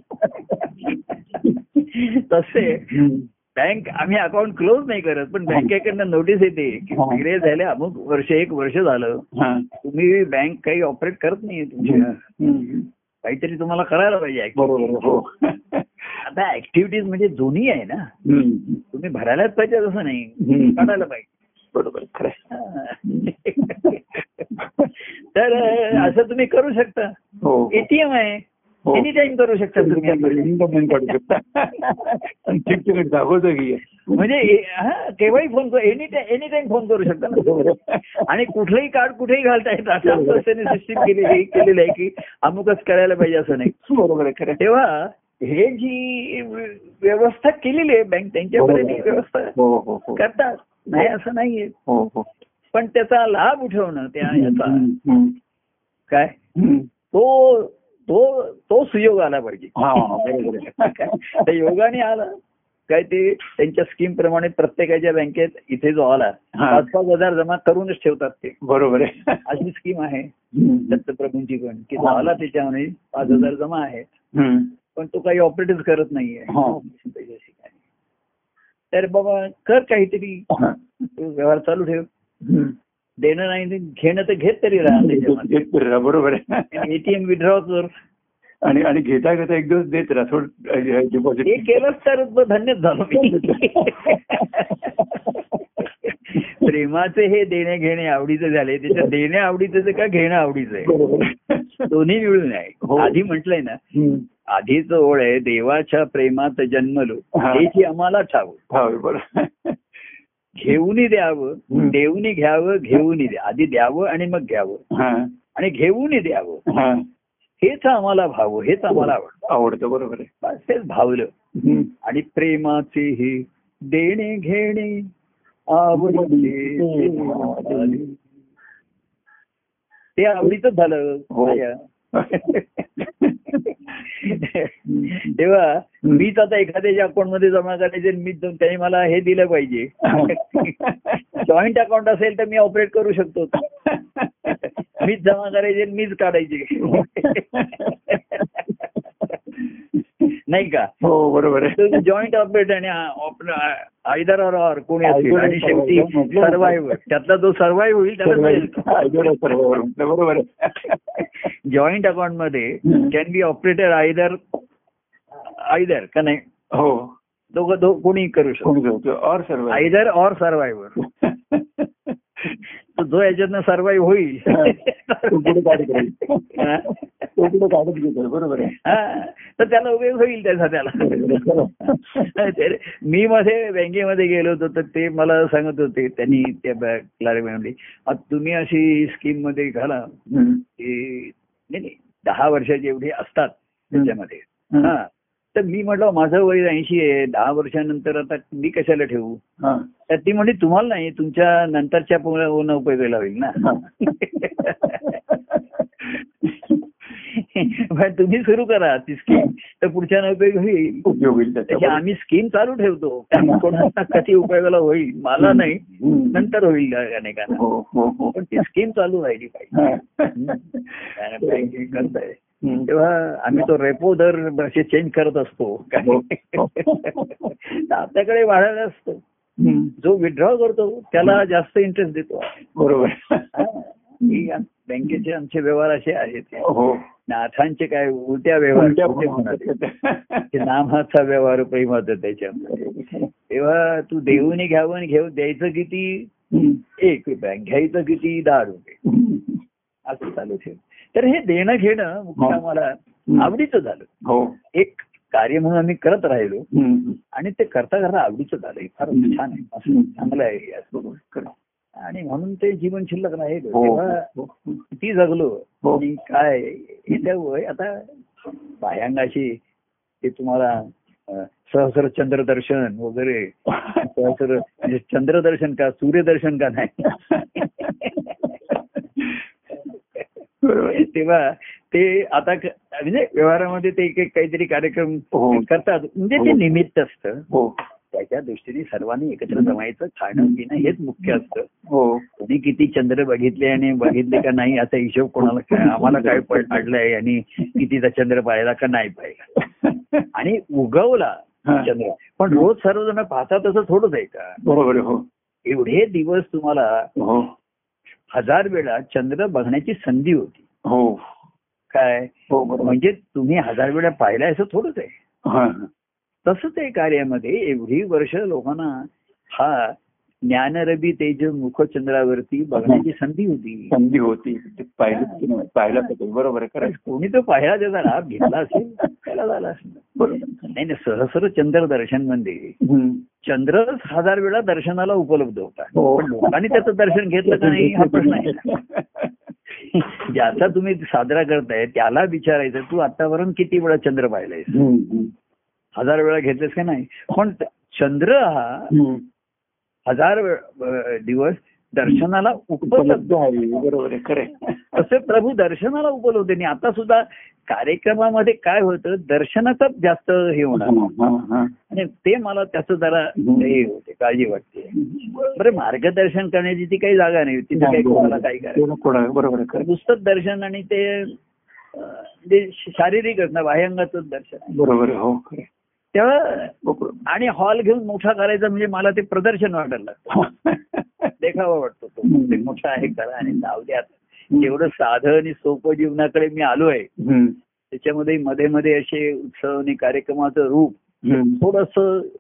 S2: तसे
S1: हम्म.
S2: बँक आम्ही अकाउंट क्लोज नाही करत पण बँकेकडनं नोटीस येते की वेगळे झाले अमुक वर्ष एक वर्ष झालं
S1: हा.
S2: तुम्ही बँक काही ऑपरेट करत नाहीये तुमच्या
S1: हम्म.
S2: काहीतरी तुम्हाला करायला पाहिजे actually.
S1: बरोबर आहे, हो
S2: आता ऍक्टिव्हिटीज म्हणजे दोन्ही आहे ना
S1: हम्म.
S2: तुम्ही भरायलाच पाहिजे असं नाही
S1: हम्म.
S2: काढायला पाहिजे
S1: बरोबर आहे, खरं आहे.
S2: तर असं तुम्ही करू शकता
S1: हो
S2: एटीएम आहे
S1: हो.
S2: एनी टाइम करू शकता तुम्ही आपलं.
S1: इंडिपेंडेंट काढू शकता आणि ठिकठिकाणी जागोजागी आहे.
S2: [laughs] म्हणजे ए- हा, केव्हाही फोन करू any time any time phone करू शकता ना
S1: बरोबर आहे.
S2: आणि कुठलंही कार्ड कुठेही घालता येतं असं आमचं त्यांनी सिस्टीम केलेली केलेलं आहे की अमुकच करायला पाहिजे असं नाही
S1: बरोबर आहे खरं आहे.
S2: तेव्हा हे जी व्य- व्यवस्था केलेली आहे बँक त्यांच्याकडे ती व्यवस्था
S1: हो हो हो
S2: करतात नाही असं नाहीये
S1: हो हो
S2: पण त्याचा लाभ उठवणं त्या याचा
S1: हम्म, हम्म,
S2: काय
S1: हम्म.
S2: तो तो तो सुयोग आला पाहिजे
S1: हा बरोबर
S2: [laughs]
S1: आहे.
S2: त्या योगाने आला काय ते त्यांच्या स्कीम प्रमाणे प्रत्येकाच्या बँकेत इथे जो आला
S1: हा.
S2: पाच पाच हजार जमा करूनच ठेवतात ते
S1: बरोबर आहे
S2: अशी स्कीम आहे
S1: हम्म,
S2: दत्तप्रभूंची पण की
S1: हा.
S2: तो आला त्याच्यामध्ये पाच हजार जमा आहे
S1: हम्म.
S2: पण तो काही ऑपरेटच करत नाहीये
S1: हा.
S2: पैशाशी काय. तर बाबा कर काहीतरी
S1: हा.
S2: तू व्यवहार चालू ठेव
S1: हम्म.
S2: देणं नाही ते घेणं तर घेत तरी राहा त्याच्यामध्ये
S1: [laughs] देत राहा, बरोबर आहे
S2: एटीएम विड्रॉ कर
S1: आणि आणि घेता घेता एक दिवस देत राहा थोडं
S2: ते
S1: डिपॉझिट
S2: केलंच तर धन्यच झालो मी प्रेमाचे हे देणे घेणे आवडीचे झाले त्याच्यात देणे आवडीचं का घेणं आवडीचं आहे
S1: बरोबर
S2: दोन्ही मिळून
S1: हो.
S2: आहे आधी म्हटलंय ना
S1: हम्म.
S2: आधीच ओळ आहे देवाच्या प्रेमात जन्मलो
S1: हा.
S2: त्याची आम्हाला ठाव
S1: हा, बरोबर
S2: घेऊनही द्यावं
S1: हम्म.
S2: देऊनही घ्यावं घेऊनही द्या आधी द्यावं आणि मग घ्यावं
S1: हा,
S2: आणि घेऊनही द्यावं
S1: हा.
S2: हेच आम्हाला भाव हेच आम्हाला आवडतं
S1: आवडतं बरोबर आहे
S2: बस तेच भावलं
S1: हम्म.
S2: आणि प्रेमाचे हे देणे घेणे आवडीचे देवाले. ते आवडीच झालं
S1: हो.
S2: माझ्या. तेव्हा मीच आता एखाद्याच्या अकाउंट मध्ये जमा करायचे आणि मीच जाऊन त्याने मला हे दिलं पाहिजे जॉईंट अकाउंट असेल तर मी ऑपरेट करू शकतो मीच जमा करायचे आणि मीच काढायचे नाही का
S1: हो बरोबर आहे
S2: जॉईंट ऑपरेट आणि आयदर और और कोणी असेल
S1: Either or हो,
S2: आणि
S1: or
S2: शेवटी
S1: एकदम म्हटलं.
S2: सर्वायव्हर त्यातला जो सर्वाईव्ह होईल त्याला
S1: आयडिया सर्वावर म्हटलं बरोबर आहे
S2: मिळेल जॉईंट अकाउंट मध्ये
S1: हम्म.
S2: Can be operator either either का नाही
S1: हो
S2: दोघं दो कोणी करू शकतो
S1: कोणी करतो और सर्व
S2: आयदर और सर्वायव्हर जो याच्यातनं सर्वाईव्ह होईल
S1: तो पुढे गाडी करेल
S2: हा.
S1: तो पुढे गाडीत घेतो बरोबर आहे
S2: हा. तर त्याला उपयोग होईल त्याचा त्याला ते मी मध्ये बँकेमध्ये गेलो होतो तर ते मला सांगत होते त्यांनी त्या क्लारे म्हणले "आता तुम्ही अशी स्कीम मध्ये घाला
S1: हम्म.
S2: की नाही नाही, दहा वर्षाचे एवढे असतात त्याच्यामध्ये
S1: हम्म.
S2: हा तर मी म्हटलं माझं वय ऐंशी आहे दहा वर्षानंतर आता मी कशाला ठेवू
S1: हा.
S2: तर ती म्हणजे तुम्हाला नाही तुमच्या नंतरच्या पूर्ण उपयोगाला होईल ना
S1: हा.
S2: [laughs] मग तुम्ही सुरू करा ती स्कीम तर पुढच्या उपयोग होईल
S1: उपयोग होईल
S2: त्याची
S1: त्याचा
S2: आम्ही स्कीम चालू ठेवतो कारण कोणाला कधी उपयोगाला होईल मला नाही
S1: हम्म.
S2: नंतर होईल अनेकांना
S1: हो हो हो
S2: पण ती स्कीम चालू राहिली पाहिजे
S1: हा.
S2: कारण banking करताय
S1: हम्म.
S2: तेव्हा आम्ही तो रेपो दर असे चेंज करत असतो
S1: हो.
S2: तर आपल्याकडे वाढायला असतो
S1: हम्म.
S2: जो विड्रॉ करतो त्याला जास्त इंटरेस्ट देतो
S1: बरोबर
S2: हा. ही आम- बँकेचे आमचे व्यवहार असे आहेत
S1: हो
S2: नाथांचे काय
S1: कोणत्या
S2: उलट्या व्यवहार कुठे
S1: भावना
S2: होणार?
S1: असतात?
S2: ते नामाचा व्यवहार प्रेमाचा त्याच्यामध्ये तेव्हा तू देऊन घ्यावं आणि घेऊ द्यायचं किती
S1: हम्म.
S2: एक रुपया घ्यायचं किती दहा रुपये असं चालू ठेव तर हे देणं घेणं मुख्य आम्हाला आवडीचं झालं
S1: हो
S2: एक कार्य म्हणून आम्ही करत राहिलो
S1: हम्म.
S2: आणि ते करता करता आवडीचं झालं हे फार
S1: हम्म.
S2: छान आहे असं चांगलं आहे हे असं.
S1: बरोबर. खरं.
S2: आणि म्हणून ते जीवन शिल्लक राहिलं
S1: हो
S2: तेव्हा
S1: हो.
S2: किती जगलो
S1: हो.
S2: आणि काय हे त्या वय आता बायांगाशी ते तुम्हाला अं, सहस्र चंद्र दर्शन वगैरे सहस्र म्हणजे चंद्रदर्शन का सूर्यदर्शन का नाही [laughs] तेव्हा ते आता क- म्हणजे व्यवहारामध्ये ते एक एक काहीतरी कार्यक्रम
S1: हो.
S2: करतात म्हणजे ते
S1: हो.
S2: निमित्त असतं
S1: हो
S2: त्याच्या दृष्टीने सर्वांनी एकत्र जमायचं खाणं पिणं हेच मुख्य असतं
S1: हो
S2: कोणी किती चंद्र बघितले आणि बघितले का नाही असा हिशोब कोणाला काय आम्हाला काय पड- पडलंय आणि कितीचा चंद्र पाहिला का नाही पाहिला आणि उगवला
S1: हा.
S2: चंद्र पण रोज सर्वजण पाहतात तसं थोडंच आहे का
S1: बरोबर आहे, हो
S2: एवढे दिवस तुम्हाला
S1: हो
S2: हजार वेळा चंद्र बघण्याची संधी होती
S1: हो
S2: काय
S1: हो बरोबर
S2: म्हणजे तुम्ही हजार वेळा पाहिलाय असं थोडंच आहे
S1: हा.
S2: तसंच आहे कार्यामध्ये एवढी वर्ष लोकांना हा ज्ञानरबी तेज मुख चंद्रावरती बघण्याची संधी होती
S1: संधी होती ते पाहिलं की नाही, पाहिलं पाहिजे बरोबर आहे
S2: तर
S1: खरं आहे.
S2: कोणी तो पाहिला त्याचा लाभ घेतला असेल त्याला झाला असेल
S1: बरोबर
S2: नाही नाही सहस्र चंद्र दर्शन मध्ये
S1: हम्म.
S2: चंद्रच हजार वेळा दर्शनाला उपलब्ध होता
S1: हो.
S2: पण लोकांनी त्याचं दर्शन घेतलं का नाही हा प्रश्न आहे ज्याचा तुम्ही साजरा करताय त्याला विचारायचं तू आतापर्यंत किती वेळा चंद्र पाहिलायस
S1: हम्म, हम्म.
S2: हजार वेळा घेतलेस का नाही पण त- चंद्र हा
S1: हम्म.
S2: हजार वे- अं, दिवस दर्शनाला उपलब्ध
S1: उपलब्ध आहे बरोबर आहे खरं आहे.
S2: तसे प्रभू दर्शनाला उपलब्ध नाही आता सुद्धा कार्यक्रमामध्ये काय होतं दर्शनाचाच जास्त हे होणार
S1: हा, हा.
S2: आणि ते मला त्याचं जरा हे होते काळजी वाटते बरं मार्गदर्शन करण्याची ती काही जागा नाही तिथे काही कोणाला काही करायचं
S1: कोणाला- कोणाला- बरोबर आहे, खरं आहे.
S2: नुसतंच दर्शन आणि ते अं, जे शारीरिक असणं बाह्यंगाचंच दर्शन आहे.
S1: बरोबर आहे, हो खरं आहे. हो,
S2: तेव्हा
S1: बरोबर.
S2: आणि हॉल घेऊन मोठा करायचा म्हणजे मला ते प्रदर्शन वाटायला लागतं देखावा वाटतो तो
S1: हम्म.
S2: ते मोठा आहे करा आणि जाऊ द्या जेवढं साधं आणि सोपं जीवनाकडे मी आलो आहे
S1: हम्म,
S2: त्याच्यामध्ये मध्ये मध्ये असे उत्सव आणि कार्यक्रमाचं रूप थोडस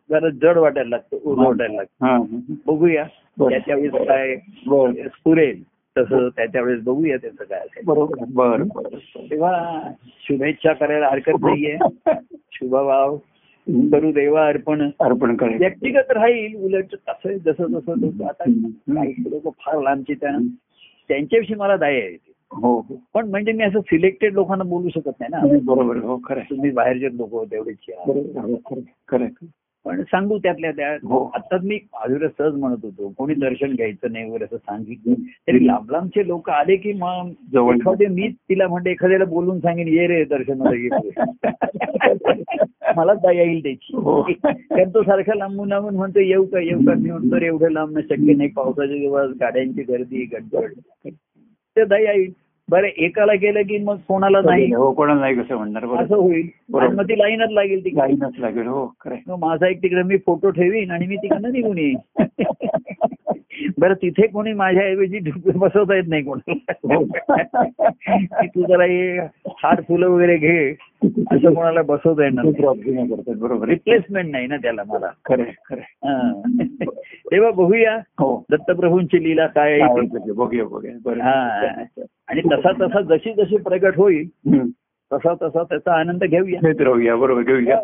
S2: जरा जड वाटायला लागतं ओलं वाटायला लागतं बघूया
S1: बरं.
S2: त्याच्या वेळेस काय
S1: बर
S2: स्फुरेल तसं त्याच्या वेळेस बघूया त्याचं काय असेल
S1: बरोबर बर बर
S2: तेव्हा शुभेच्छा करायला हरकत नाहीये
S1: हो.
S2: शुभभाव करू देवा अर्पण
S1: अर्पण करेल
S2: व्यक्तिगत राहील उलट तसं जसं जसं लोक आता
S1: हम्म.
S2: काही लोक फार लांबचे त्या त्यांच्याविषयी मला दया येते
S1: हो हो.
S2: पण म्हणजे मी असं सिलेक्टेड लोकांना बोलू शकत नाही ना
S1: बरोबर हो खरं आहे.
S2: तुम्ही बाहेरचे लोक तेवढेच या.
S1: बरोबर हो, खरं आहे. खरं आहे.
S2: पण सांगू त्यातल्या त्या
S1: हो.
S2: आता मी आजूला सहज म्हणत होतो कोणी दर्शन घ्यायचं नाही वगैरे असं सांगितलं तरी लांब लांबचे लोक आले की मग
S1: जवळ
S2: एखादे मी तिला म्हणते एखाद्याला बोलून सांगेन ये रे दर्शनाला ये
S1: [laughs]
S2: रे." मला दया येईल त्याची [laughs]
S1: हो.
S2: कारण तो सारखा लांबून लांबून म्हणतो येऊ का येऊ का मी म्हणतो "अरे, एवढं लांबणं शक्य नाही पावसाच्या दिवस गाड्यांची गर्दी गडबड ते दया येईल बरं एकाला गेलं की मग कोणाला नाही
S1: हो कोणाला नाही कसं म्हणणार
S2: असं
S1: बरोबर
S2: होईल
S1: बरोबर.
S2: आणि मग ती लाईनच लागेल ती
S1: लाईनच लागेल हो खरं आहे.
S2: मग माझा एक तिकडे मी फोटो ठेवीन आणि मी तिकडनं निघून येईन बरं तिथे कोणी माझ्याऐवजी ढुकून बसवता येत नाही कोणाला की तू जरा हे हार फुलं वगैरे घे असं कोणाला बसवता येणार
S1: दुसरं option नाही करतात बरोबर रिप्लेस
S2: रिप्लेसमेंट नाही ना त्याला मला
S1: खरं आहे, खरं आहे.
S2: हं. तेव्हा बघूया
S1: हो
S2: दत्तप्रभूंची लीला काय आहे ती.
S1: आवडतं. बघूया बघूया
S2: हा.
S1: बरं
S2: आणि तसा तसा जशी जशी प्रगट होईल
S1: हम्म.
S2: तसा तसा त्याचा आनंद घेऊया
S1: घेत राहूया बरोबर घेऊया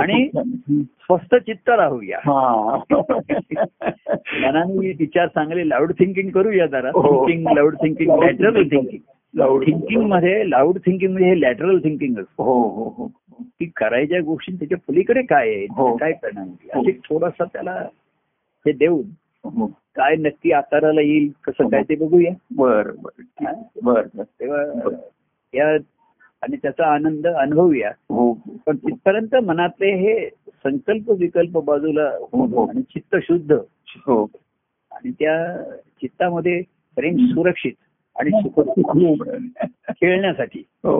S2: आणि-
S1: हम्म.
S2: स्वस्त चित्त राहूया
S1: हा
S2: मनाने विचार चांगले लाऊड थिंकिंग करूया जरा
S1: हो.
S2: Thinking loud thinking
S1: Loud
S2: lateral
S1: thinking.
S2: Thinking
S1: Loud.
S2: Thinking मध्ये लाऊड थिंकिंग म्हणजे हे लॅटरल थिंकिंग असतं
S1: हो हो हो
S2: की करायच्या गोष्टी त्याच्या पलीकडे काय आहे
S1: हो.
S2: काय करणार
S1: हो.
S2: असे थोडासा त्याला हे देऊन
S1: हो
S2: काय नक्की आकाराला येईल कसं काय ते बघूया
S1: बर बर
S2: हा.
S1: बर बर
S2: तेव्हा या आणि त्याचा आनंद अनुभवूया
S1: हो
S2: पण तिथपर्यंत मनातले हे संकल्प विकल्प बाजूला
S1: हो.
S2: होऊन आणि चित्त शुद्ध
S1: हो
S2: आणि त्या चित्तामध्ये प्रेम सुरक्षित आणि सुख [laughs] खेळण्यासाठी
S1: हो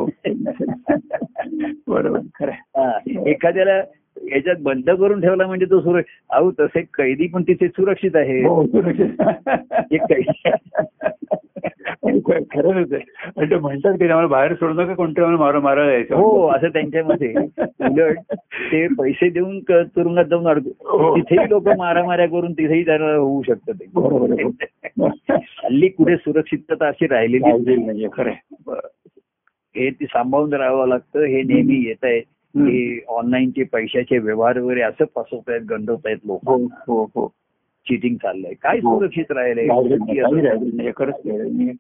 S1: बरोबर खरं आहे.
S2: हा, एखाद्याला याच्यात बंद करून ठेवला म्हणजे तो सुरक्षित अहो तसे कैदी पण तिथे सुरक्षित आहे
S1: हो सुरक्षित
S2: एक कैदी
S1: हो, खरंच आहे आणि ते म्हणजे म्हणतात की आम्हाला बाहेर सोडू नका कोणत्या आम्हाला मारा मारा जायचं
S2: हो असं त्यांच्यामध्ये उलट ते पैसे देऊन क- तुरुंगात जाऊन
S1: हो.
S2: अडकू तिथेही लोक मारामाऱ्या करून तिथेही त्यांना होऊ शकतं ते
S1: बरोबर आहे.
S2: हल्ली कुठे सुरक्षितता अशी राहिलेली
S1: काळजी नाहीये खरं आहे.
S2: हे ती सांभाळून राहावं लागतं हे नेहमी येत आहे
S1: हम्म.
S2: की ऑनलाईनचे पैशाचे व्यवहार वगैरे असं फसवतायत गंडवतायत लोक
S1: हो हो हो
S2: चिटिंग चाललंय काय
S1: हो.
S2: सुरक्षित राहिले
S1: काळजी नाही, काही राहिली नाही, म्हणजे खरंच काही राहिली नाही.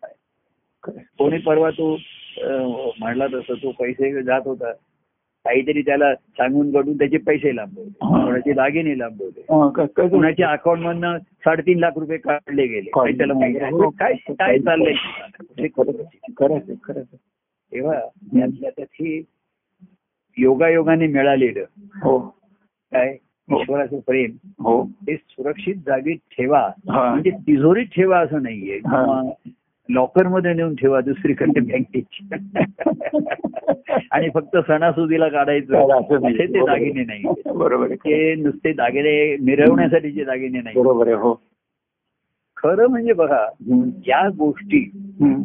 S1: खरं आहे.
S2: कोणी परवा तो अं, म्हणला तसं तो पैसे जात होता काहीतरी त्याला सांगून कडून त्याचे पैसे लांबवले
S1: हा.
S2: कोणाचे दागिने लांबवले
S1: हा, का- काय झालं?
S2: कोणाच्या अकाउंट मधनं साडेतीन लाख रुपये काढले गेले
S1: काढले.
S2: काही त्याला माहिती नाही.
S1: हो.
S2: काय काय चाललंय
S1: हे खरंच आहे, खरंच आहे, खरंच आहे.
S2: तेव्हा त्यातल्या त्यात हे योगायोगाने मिळालेलं
S1: हो
S2: काय
S1: हो.
S2: ईश्वराचं प्रेम
S1: हो
S2: ते सुरक्षित जागी ठेवा
S1: हा.
S2: म्हणजे तिजोरीत ठेवा असं नाहीये
S1: हा.
S2: लॉकर मध्ये नेऊन ठेवा
S1: [laughs]
S2: दुसरीकडे बँकेची [laughs] आणि फक्त सणासुदीला
S1: काय
S2: काढायचं
S1: असं
S2: असे
S1: नाही.
S2: ते दागिने नाही
S1: बरोबर आहे
S2: ते नुसते दागिने मिरवण्यासाठीचे दागिने नाही
S1: बरोबर आहे हो
S2: खरं म्हणजे बघा
S1: हम्म.
S2: ज्या गोष्टी
S1: हम्म.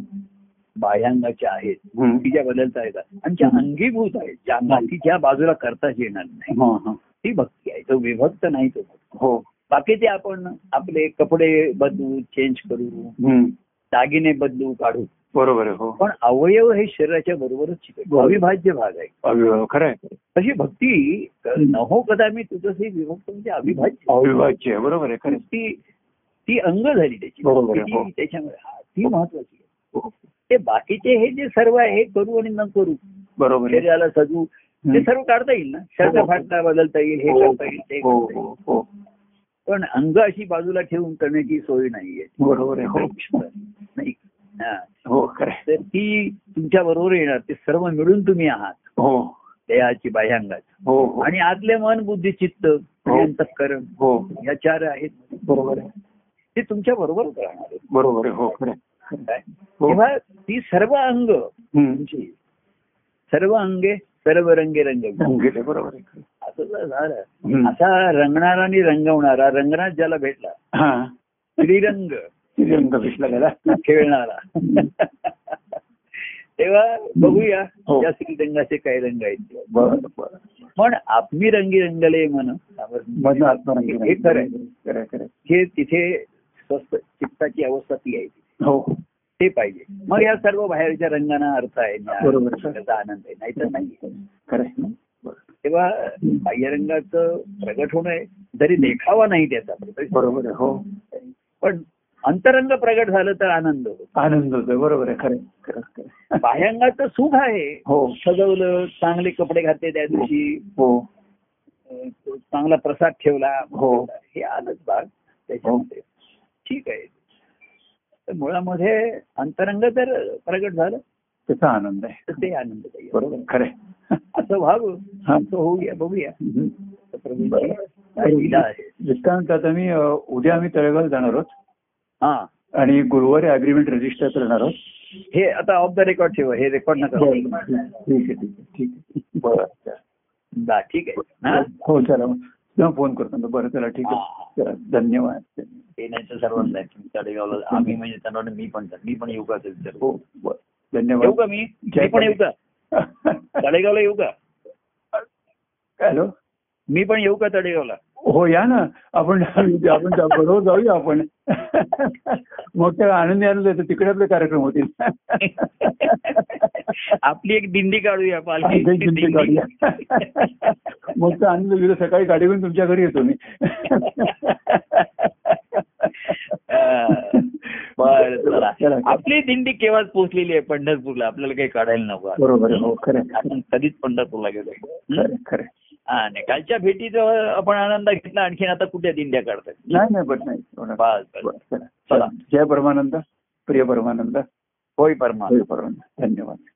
S2: बाह्यांगाच्या आहेत
S1: हम्म.
S2: की ज्या बदलता येतात आणि ज्या अंगीभूत आहेत ज्या बाकी ज्या बाजूला करताच येणार नाही
S1: हा, हा.
S2: ती भक्ती आहे तो विभक्त नाही तो
S1: हो
S2: बाकीचे आपण आपले कपडे बदलू चेंज करू
S1: हम्म.
S2: दागिने बदलू काढू
S1: बरोबर आहे हो
S2: पण अवयव हे शरीराच्या बरोबरच शिकायचं.
S1: बरोबर.
S2: अविभाज्य भाग आहे
S1: अविभाव खरं आहे
S2: तशी भक्ती नहो कदा मी तुझं हे विभक्त म्हणजे अविभाज्य
S1: अविभाज्य आहे, बरोबर आहे खरं आहे.
S2: ती ती अंग झाली त्याची
S1: बरोबर आहे, हो.
S2: ती त्याच्यामुळे हा, ती महत्वाची आहे.
S1: हो.
S2: ते बाकीचे हे जे सर्व आहे हे करू आणि न करू
S1: बरोबर आहे
S2: शरीराला सजू ते
S1: हम्म.
S2: सर्व काढता येईल ना शर्ट
S1: हो.
S2: फाटता बदलता येईल हे
S1: हो,
S2: करता येईल ते
S1: हो
S2: करता येईल
S1: हो हो
S2: पण अंग अशी बाजूला ठेवून करण्याची सोय नाहीये
S1: बरोबर आहे हो
S2: नाही हा.
S1: हो खरं आहे.
S2: तर ती तुमच्या बरोबर येणार ते सर्व मिळून तुम्ही आहात
S1: हो
S2: देहाची बाह्यांगाची
S1: हो हो
S2: आणि आतले मन बुद्धी चित्त आणि अंतःकरण
S1: हो
S2: या चार आहेत
S1: बरोबर आहे
S2: ते तुमच्या बरोबर राहणार आहेत.
S1: बरोबर आहे हो खरं आहे.
S2: काय?
S1: हो.
S2: तेव्हा ती सर्व अंग
S1: हम्म.
S2: तुमची सर्व अंगे सर्व रंगे रंगविली
S1: गेले बरोबर आहे खरं आहे.
S2: असं जर झालं
S1: हम्म.
S2: असा रंगणारा आणि रंगवणारा रंगनाथ ज्याला भेटला
S1: हा
S2: श्रीरंग
S1: श्रीरंग पिशला गेला
S2: [laughs] खेळणारा तेव्हा बघूया
S1: हो.
S2: या श्रीरंगाचे काय रंग आहेत ते.
S1: बरं बरं
S2: पण आपली रंगी रंगले मन
S1: मन आत्मरंगी
S2: हे खरं आहे.
S1: खरं आहे, खरं आहे.
S2: हे तिथे स्वस्थ चित्ताची अवस्था ती आहे
S1: हो
S2: ते पाहिजे मग या सर्व बाहेरच्या रंगांना अर्थ आहे ज्ञान,
S1: बरोबर.
S2: त्याचा आनंद आहे नाहीतर नाही
S1: खरं आहे ना? बरं.
S2: तेव्हा बाह्यरंगाचं प्रगट होणं आहे जरी देखावा नाही त्याचा प्रगट.
S1: बरोबर आहे हो
S2: पण अंतरंग प्रगट झालं तर आनंद होतो
S1: आनंद होतोय बरोबर आहे खरं आहे, खरं आहे, खरं आहे.
S2: बाह्यंगाचं सुख आहे
S1: हो
S2: सजवलं चांगले कपडे घातले त्या दिवशी
S1: हो
S2: अं, चांगला प्रसाद ठेवला
S1: हो.
S2: हे आलंच भाग त्याच्यामध्ये ठीक आहे तर मुळामध्ये अंतरंग जर प्रगट झालं
S1: त्याचा आनंद आहे
S2: तर ते आनंददायी आहे.
S1: बरोबर आहे, खरं आहे.
S2: असं व्हावं
S1: हा.
S2: असं होऊया बघूया
S1: हम्म.
S2: तर प्रभूंची
S1: बरं.
S2: काय लीला आहे
S1: दृष्टांत आता मी अ, उद्या आम्ही तळेगाव जाणार आहोत
S2: हा
S1: आणि गुरुवारी अग्रीमेंट रजिस्टर करणार आहोत
S2: हे आता ऑफ द रेकॉर्ड ठेव हे रेकॉर्ड नका
S1: ठीक आहे ठीक आहे ठीक आहे बरं चला.
S2: दा, ठीक आहे हा?
S1: हो चला मग. तेव्हा फोन करतो मी. बरं चला ठीक
S2: हा.
S1: आहे चला, धन्यवाद
S2: येण्याचं सर्वांना आहे. तुम्ही तळेगावला आम्ही म्हणजे त्यांना मी पण मी पण येऊ का असेल तर
S1: हो बरं
S2: येऊ
S1: धन्यवाद
S2: का मी मी पण येऊ का तळेगावला येऊ
S1: [laughs]
S2: का
S1: हॅलो
S2: मी पण येऊ का तळेगावला
S1: हो या ना आपण [laughs] आपण जा- बरोबर जाऊया आपण [laughs] मग त्याला आनंदी आनंद येतो तिकडे आपले कार्यक्रम होतील
S2: [laughs] आपली एक दिंडी काढूया
S1: [laughs]
S2: पालखी
S1: आजही दिंडी काढूया. [laughs]
S2: [laughs]
S1: मग तर आनंद उद्या सकाळी गाडी घेऊन तुमच्या घरी येतो मी
S2: बर चला
S1: चला.
S2: आपली दिंडी केव्हाच पोहोचलेली आहे पंढरपूरला आपल्याला काही काढायला नको आता.
S1: बरोबर आहे, हो खरं आहे,
S2: आपण कधीच पंढरपूरला गेलोय
S1: खरं आहे, खरं आहे.
S2: हा नाही कालच्या भेटीचा आपण आनंद घेतला आणखीन आता कुठे दिंड्या काढतात
S1: नाही नाही बट नाही होणार.
S2: बस
S1: बरं,
S2: बस
S1: चला.
S2: चला.
S1: जय परमानंद प्रिय परमानंद
S2: होय परमा
S1: जय परमानंद धन्यवाद